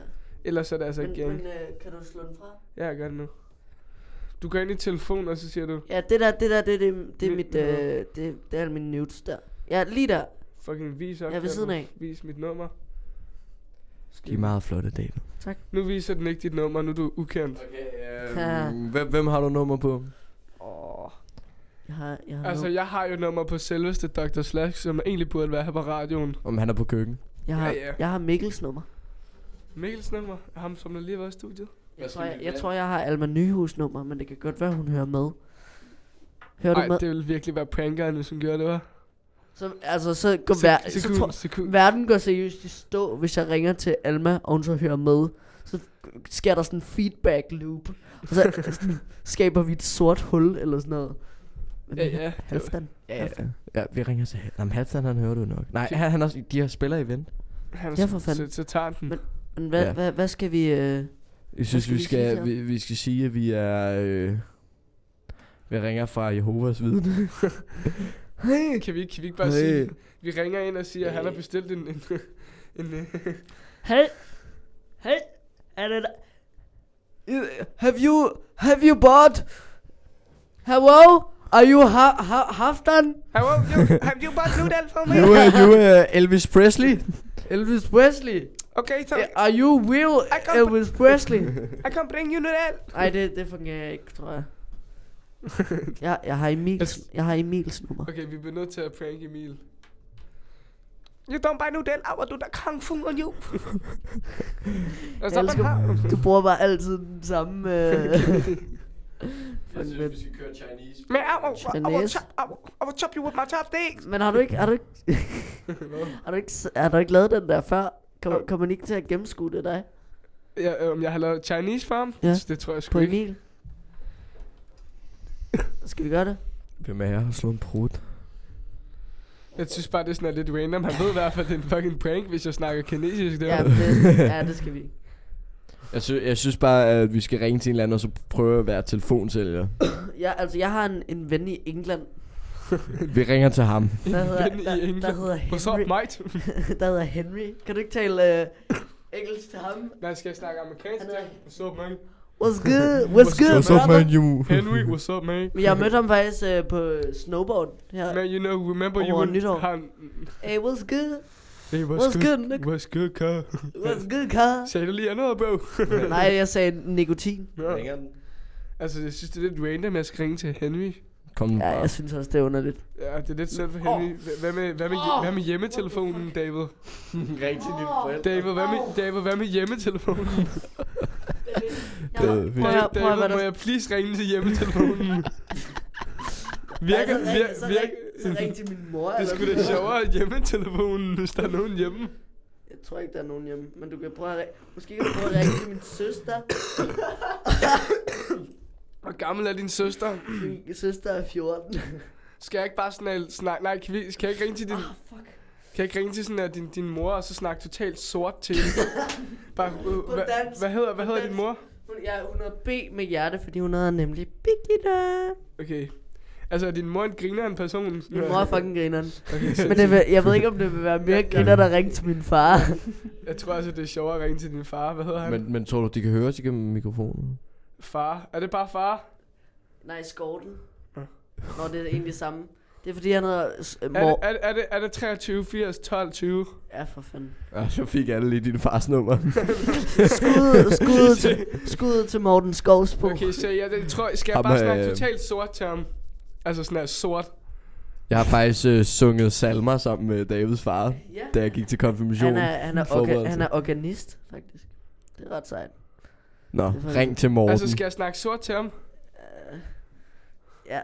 B: ellers er det altså
A: Men,
B: ikke gang.
A: men øh, kan du slå den fra?
B: Ja, jeg gør det nu. Du går ind i telefonen, og så siger du,
A: Ja, det der, det der, det, det, det er
B: Lidt
A: mit,
B: mere.
A: øh, det, det er alle mine nudes der. Ja, lige der.
B: fucking vis op.
A: Ja, ved siden af.
B: Vis mit nummer.
F: De er meget flotte, David.
B: Nu viser den ikke dit nummer, nu er du ukendt.
A: Ha.
F: Okay, hvem, hvem har du nummer på?
A: Åh. Jeg har, jeg har,
B: Altså,
A: nu,
B: jeg har jo nummer på selveste Dr. Slash, som egentlig burde være her på radioen.
F: Om han er på køkken.
A: jeg, har,
B: ja, ja.
A: jeg har Mikkels nummer.
B: Mikkels nummer, ham som der lige har været i studiet.
A: Jeg tror jeg, jeg tror, jeg har Alma Nyhus nummer, men det kan godt være, hun hører med. Hører
B: Nej,
A: du med?
B: det ville virkelig være prankeren, hvis hun gjorde det, var.
A: Så, altså, så går ver- så, tror, verden går seriøst i stå, hvis jeg ringer til Alma, og hun så hører med. Så sker der sådan en feedback loop. Og så sådan, skaber vi et sort hul eller sådan noget. Men
B: Ja, ja.
A: Halvdan.
F: Ja, ja. ja vi ringer til Nå, men Halvdan, han hører du nok. Nej, han, han er også, de har spiller i vent.
B: Han er
A: Ja,
B: så-
A: for fanden.
B: Så, så tager han den.
A: Men- Men hvad,
F: Ja.
A: ja. hvad, hvad skal vi... Øh,
F: Jeg synes,
A: skal
F: vi
A: vi sige til
F: skal,
A: ham?
F: vi, vi skal sige, at vi er... Øh, vi ringer fra Jehovas vidne. hey.
B: Kan vi, ikke- kan vi ikke bare
F: Hey.
B: sige, vi ringer ind og siger, at han har bestilt en... en, en, en
A: hey! Hey! Er det der?
F: Have you, have you bought? Hello?
A: Are you ha- ha- Haftan?
B: Har du bare nu den for
F: You are you are Elvis Presley?
A: Elvis Presley?
B: Okay, så
A: Are you real
B: kan-
A: Elvis Presley?
B: jeg kan bringe you Nudel.
A: Nej, det, det fungerer ikke, tror jeg. Jeg, jeg, har
B: Altså-
A: Emils, jeg har Emils nummer.
B: Okay, vi bliver nødt til at prank Emil. You don't buy Nudel, og du der kung fu og you. Og så
A: Jeg elsker-
B: bare
A: Du bruger bare altid den samme... Øh, Fuck, men,
F: skal køre Chinese.
B: Men I will, I
A: Chinese.
B: will, chop, I will, I will chop you with my chopsticks.
A: men har du ikke... Har du ikke, har du ikke, s- har du ikke lavet den der før? Kommer,
B: Jo.
A: kommer den ikke til at gennemskue det dig?
B: Ja, øh, om jeg har lavet Chinese farm?
A: Ja.
B: Det tror jeg
A: På
B: sgu ikke.
A: Emil? Skal vi gøre det?
F: Hvem er jeg har slået en prut?
B: Jeg synes bare, det er sådan er lidt random. Han ved i hvert fald, det er en fucking prank, hvis jeg snakker kinesisk der.
A: Ja, det, ja, det skal vi.
F: Jeg, sy- jeg synes bare, at vi skal ringe til en eller anden, og så prøve at være telefonsælger.
A: Jeg, altså, jeg har en, en ven i England,
F: Vi ringer til ham.
A: der hedder,
B: Ven i
A: der, der
B: England.
A: hedder
B: What's up,
A: Henry.
B: mate?
A: Der hedder Henry. Kan du ikke tale øh, engelsk til ham?
B: Nej, skal jeg snakke amerikansk
A: Han
B: til?
A: er-
B: What's up, man?
A: What's good? What's good,
F: What's up, man?
A: brother?
F: You...
B: Henry, what's up, man?
A: Men jeg mødte ham faktisk øh, på snowboard her.
B: Man, you know, remember you
A: Over
B: and
A: nytår.
B: Han,
A: Hey, what's good?
B: hey, what's,
A: What's
B: good?
A: good, Nick?
B: What's good, car?
A: What's good, car?
B: Sagde du lige andet, bro?
A: Nej, jeg sagde nikotin.
B: Ja. Altså, jeg synes, det er lidt random, jeg skal ringe til Henry.
F: Kom nu
A: Ja,
F: bare.
A: jeg synes også, det er underligt.
B: Ja, det er lidt synd for Henry. Hva- Hvad med, hvad med, hvad med hjemmetelefonen, David?
F: Ring til dine forældre.
B: David, hvad med, David, hvad med hjemmetelefonen?
A: Prøv at- prøv at- prøv at
B: David,
A: være
B: må
A: der.
B: jeg please ringe til hjemmetelefonen? Virker,
A: Ej, så ring-
B: virker,
A: så
B: virker.
A: Altså, ring- Så ring til min mor.
B: Det
A: eller
B: skulle
A: sådan
B: da
A: noget.
B: sjovere at hjemmetelefonen, hvis der er nogen hjemme.
A: Jeg tror ikke, der er nogen hjemme, men du kan prøve at ringe. Måske kan du prøve at ringe til min søster.
B: Hvor gammel er din søster?
A: Min søster er 14.
B: Skal jeg ikke bare sådan snakke? Nej, kan, vi, kan jeg ikke ringe til din...
A: Ah, fuck.
B: Kan jeg ikke ringe til sådan her, din, din mor, og så snakke totalt sort til hende? Bare, øh, hva,
A: dansk.
B: hvad hedder, hvad
A: På
B: hedder din
A: dansk.
B: mor?
A: Hun, ja, hun er B med hjerte, fordi hun hedder nemlig Birgitta.
B: Okay. Altså, er din mor en griner en person?
A: Min mor er fucking grineren.
B: Okay, så,
A: Men det vil, jeg ved ikke, om det vil være mere griner, der ringer til min far.
B: jeg tror altså, det er sjovere at ringe til din far. Hvad hedder han? Men...
F: Men, men tror du, de kan høre os igennem mikrofonen?
B: Far? Er det bare far?
A: Nej, Skorten. Nå, det er egentlig det samme. Det er fordi, han hedder s- øh,
B: Er det,
A: mor.
B: er, det- er, det, er det 23, 80, 12, 20?
A: Ja, for fanden.
F: Ja, så fik alle lige din fars nummer.
A: Skud, skud, til, skud til Morten Skovsbo.
B: Okay, så jeg, jeg tror, skal jeg
F: Ham,
B: bare snakke
F: øh,
B: totalt sort til ham? Altså sådan her sort.
F: Jeg har faktisk øh, sunget salmer sammen med Davids far,
A: Ja.
F: da jeg gik til konfirmation.
A: Han er, han, er orga,
F: Forberedelse.
A: han er organist, faktisk. Det er ret sejt.
F: Nå,
A: Det er faktisk-
F: ring til Morten.
B: Altså, skal jeg snakke sort til ham?
A: Øh, Ja,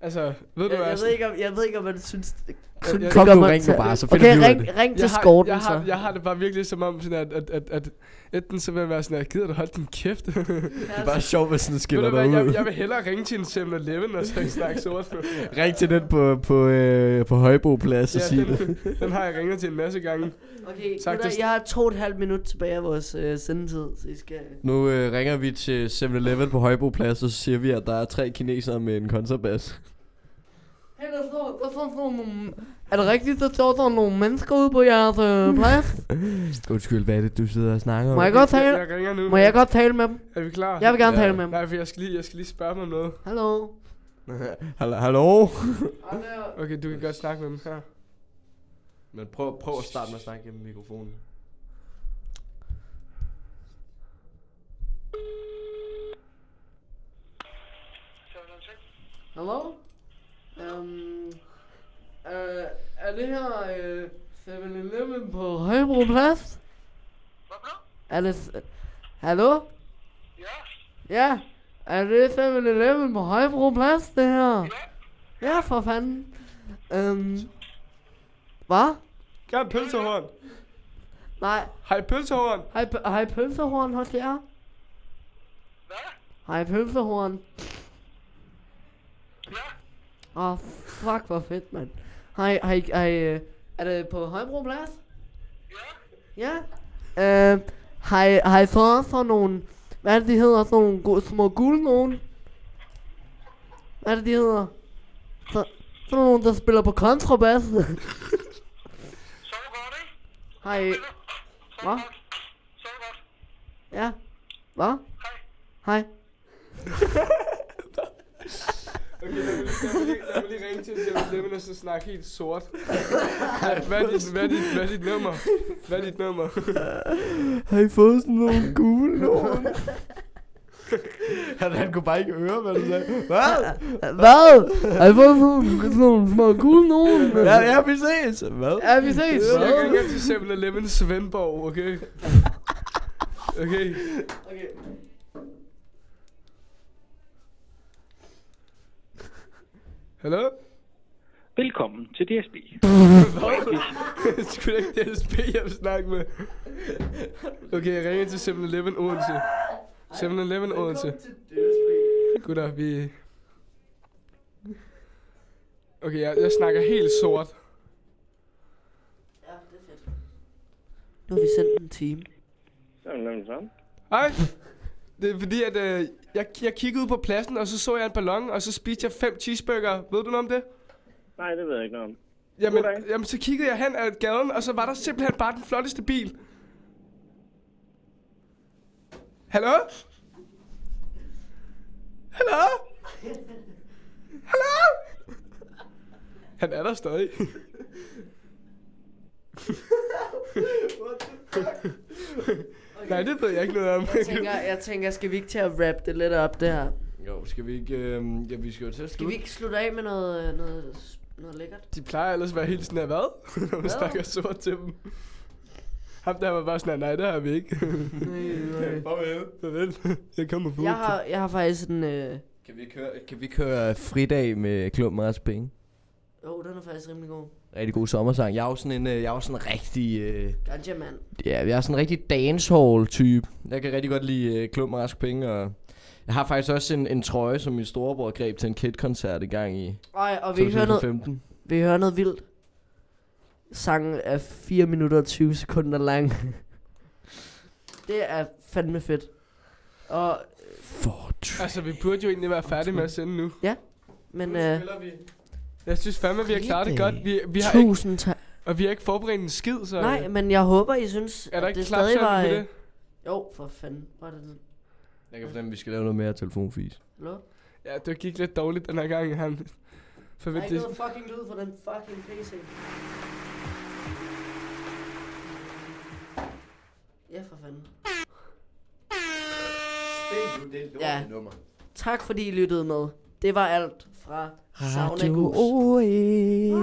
B: Altså, ved du
A: jeg,
B: hvad?
A: jeg, ved ikke, om, jeg ved ikke, om man synes... Det,
B: Jeg- jeg-
F: Kom
A: gør
F: nu,
A: man-
F: ring nu bare, så finder
A: okay,
F: vi ud af
A: ring,
F: det.
A: ring til
B: har-
A: Skorten,
B: jeg har,
A: så.
B: jeg har det bare virkelig som om, sådan at, at, at, at enten så vil jeg være sådan, at gider du holde din kæft? Ved
F: Det er bare sjovt, hvis den
B: du
F: skiller
B: hvad,
F: dig ud.
B: jeg, jeg vil hellere ringe til en 7-Eleven, og så ikke snakke sort med.
F: Ring til den på, på, øh, på Højbroplads og sig det.
B: den, den har jeg ringet til en masse gange.
A: Okay,
B: Tak,
A: gutter,
B: det-
A: jeg har to og et halvt minut tilbage af vores øh, sendetid, så I skal...
F: Nu øh, ringer vi til 7-Eleven på Højbroplads, og så siger vi, at der er tre kinesere med en kontrabas.
A: Hey, der står, der står sådan nogle... Er det rigtigt, der står sådan nogle mennesker ude på jeres øh, plads?
F: Undskyld, hvad er det, du sidder og snakker om?
A: Må jeg godt tale,
B: Jeg, jeg ringer nu.
A: må jeg godt tale med dem?
B: Er vi klar?
A: Jeg vil gerne
F: Ja.
A: tale med dem.
B: Nej, for jeg skal lige, jeg skal lige spørge mig om noget.
A: Hallo?
F: Hallo? Hallo?
B: Okay, du kan godt snakke med dem her.
F: Men prøv, prøv at starte med at snakke gennem mikrofonen.
A: Hallo? Øhm... Øh, er det her øh, 7-Eleven på Højbro Plads? Hvad Er det... s- Hallo? Ja? Ja? Er det 7-Eleven på Højbro Plads, det her? Ja. Ja, for fanden. Øhm... Hvad?
B: Gerne pølsehorn.
A: Nej,
B: Hej pølsehorn.
A: Har I, har I pølsehorn hos jer? Hvad? Har I pølsehorn? Ja. Åh, oh, fuck, hvor fedt, mand. Har I, har I, har I, øh, er det på Højbro Plads? Ja. Ja? Øh, har I, har I så også sådan nogle, hvad er det, de hedder, sådan nogle gu- små gule nogen? Hvad er det, de hedder? Så, sådan nogle, der spiller på kontrabas. har I, hvad? Ja. Hvad? Hej. Hej.
B: Okay, lad mig, lad mig, lige, lad mig lige ringe til 7-Eleven, og så snakke helt sort. Hvad er dit, hvad er dit, hvad er dit nummer? Hvad er dit nummer?
F: Har I fået sådan nogle gule nogen? han, han kunne bare ikke høre, hvad du sagde. Hvad?
A: Hvad? Har I fået sådan sådan nogle små gule nogen?
F: Ja, ja, vi ses. Hvad?
A: Ja, vi ses.
B: Så jeg
A: Hvad?
B: ringer til 7-Eleven Svendborg, okay? Okay.
A: Okay.
B: Hallo?
N: Velkommen til DSB.
B: Det skulle da ikke DSB, jeg vil snakke med. Okay, jeg ringer til 7-Eleven Odense. 7-Eleven Odense. Gutter, vi... Okay, jeg, jeg snakker helt sort.
A: Nu har vi sendt en time.
B: Hej. Det er fordi, at øh, jeg, jeg kiggede ud på pladsen, og så så jeg en ballon, og så spiste jeg fem cheeseburger. Ved du noget om det?
O: Nej, det ved jeg ikke noget om.
B: Jamen,
O: Goddag.
B: jamen, så kiggede jeg hen ad gaden, og så var der simpelthen bare den flotteste bil. Hallo? Hallo? Hallo? Han er der stadig. Nej, det ved jeg ikke noget om.
A: Jeg tænker, jeg tænker, skal vi ikke til at wrap det lidt op det her?
F: Jo, skal vi ikke... Øh, ja, vi skal jo til at
A: Skal vi
F: slutte.
A: ikke slutte af med noget, øh, noget, noget lækkert?
B: De plejer ellers at være helt sådan her, hvad? Når man snakker sort til dem. Ham der var bare sådan, her, nej, det har vi ikke.
A: nej.
B: Farvel. Farvel. Jeg kommer på.
A: Jeg har, jeg har faktisk sådan... Øh...
F: Kan vi køre... Kan vi køre fridag med Klum Mars Penge?
A: Jo, den er faktisk rimelig god.
F: Rigtig god sommersang. Jeg er jo sådan en, øh, jeg er jo sådan en rigtig, øh,
A: Ganja, mand.
F: ja, jeg er sådan en rigtig dancehall-type. Jeg kan rigtig godt lide øh, Klum og Rask Penge, og jeg har faktisk også en, en trøje, som min storebror greb til en Kid-koncert i gang i
A: Ej, og vi hører noget,
F: 2015.
A: vi hører noget vildt. Sangen er 4 minutter og 20 sekunder lang. det er fandme fedt. Og...
B: Altså, vi burde jo egentlig være færdige med at sende nu.
A: Ja, men... Øh,
B: Jeg synes fandme, at vi har klaret det godt. Vi, vi har
A: Tusind
B: ikke,
A: tak.
B: Og vi har ikke forberedt en skid, så... øh,
A: Nej, men jeg håber, I synes,
B: Er der
A: at
B: ikke
A: det
B: klap
A: stadig var...
B: på
A: øh,
B: det?
A: Jo, for fanden. Var det
F: Jeg kan fornemme, at vi skal lave noget mere telefonfis.
A: Hallo?
B: Ja, det gik lidt dårligt den her gang. Han... For
A: Der er
B: ved
A: ikke
B: det...
A: noget fucking lyd for den fucking PC. Ja, for fanden. Ja. Tak fordi I lyttede med. Det var alt fra Sauna Gus.
F: E.
A: E.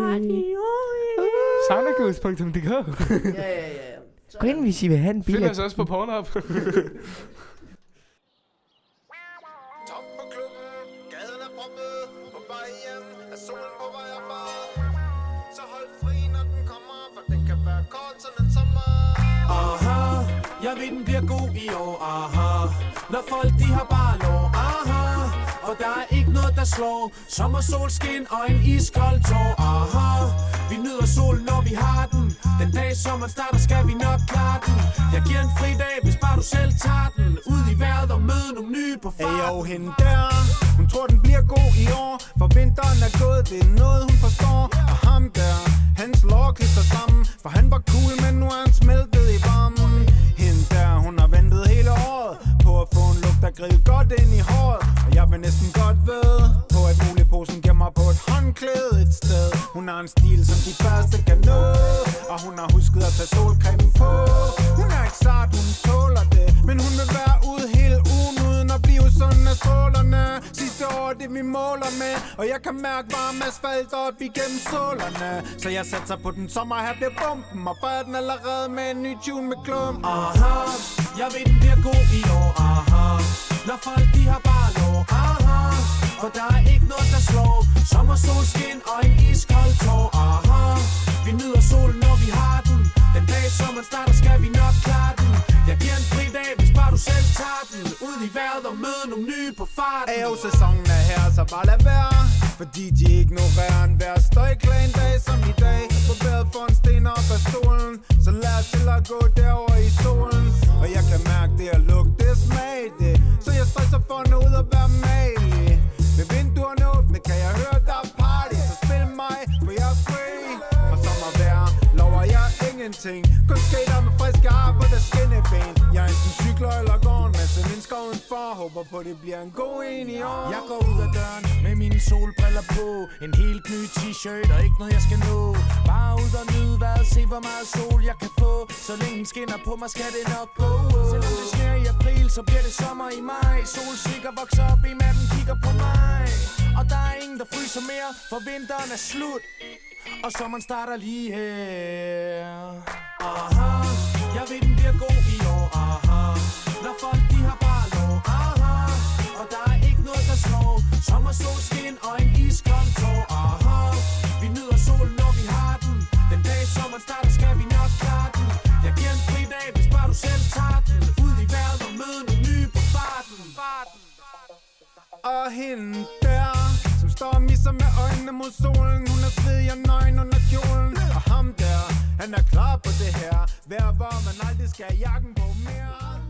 B: Saunagus.dk
A: Ja, ja, ja. ja.
F: Gå ind, hvis I vil have en
B: Find os også på Pornhub.
I: Top på klubben, gaden er proppet, på vej hjem er solen på vej opad. Så hold fri, når den kommer, for den kan være kort som en sommer.
P: Aha, jeg ved den bliver god i år, aha Når folk de har bare lov, aha For der er ikke noget der slår Sommer, solskin og en iskold tår, aha Vi nyder solen når vi har den Den dag sommeren starter skal vi nok klare den Jeg giver en fri dag, hvis bare du selv tager den Ud i vejret og møde nogle nye på farten
Q: Ayo, hende der, hun tror den bliver god i år For vinteren er gået, det er noget hun forstår Og ham der, hans lår klister sammen For han var cool, men nu er han smeltet i varmen Hende der, hun har ventet hele året På at få en lugt af grill godt ind i håret Og jeg vil næsten godt ved På at muligposen gemmer på et håndklæde et sted Hun har en stil, som de første kan nå Og hun har husket at tage solcreme på Hun er ikke sart, hun tåler det Men hun vil være ude hele ugen uden at blive sådan af strålerne Sidste år, det vi måler med Og jeg kan mærke varm asfalt op igennem strålerne Så jeg satser Altså, på den sommer, her bliver bomben Og fejrer den allerede med en ny tune med klum
P: Aha, jeg ved den bliver god i år, aha Når folk de har bare lov, aha For der er ikke noget der slår Sommer, solskin og en iskold tår, aha Vi nyder solen når vi har den Den dag sommeren starter skal vi nok klare den Jeg giver en fri dag, hvis bare du selv tager den Ud i vejret og møde nogle nye på farten
Q: Ayo, sæsonen er her, så bare lad være Fordi de ignorerer en hver støjklag en dag som i dag På vejret for en sten op af stolen Så lad os til at gå derover i solen Og jeg kan mærke det og lugte det smag det Så jeg stresser for nu ud og være malig Med vinduerne åbne kan jeg høre der er party Så spil mig, for jeg er free Og sommervejr lover jeg ingenting Kun skater med friske ar på der skinneben Jeg enten cykler eller går en masse mennesker udenfor Håber på det bliver en god en i år
P: Jeg går ud af døren med mine solbriller på En helt ny t-shirt og ikke noget jeg skal nå Bare ud og nyde vejret, se hvor meget sol jeg kan få Så længe den skinner på mig, skal det nok gå Selvom det sner i april, så bliver det sommer i maj Solsikker vokser op, en af dem kigger på mig Og der er ingen, der fryser mere, for vinteren er slut Og sommeren starter lige her Aha, jeg ved den bliver god i år, aha Når folk de har bare lov, aha og der er ikke noget, der slår Sommer, solskin og en iskold tår Aha, vi nyder solen, når vi har den Den dag sommeren starter, skal vi nok klare den Jeg giver en fri dag, hvis bare du selv tager den Ud i vejret og møde nogle nye på farten
Q: Og hende der Som står og misser med øjnene mod solen Hun er sved, jeg er nøgen under kjolen Og ham der, han er klar på det her Vær hvor man aldrig skal have jakken på mere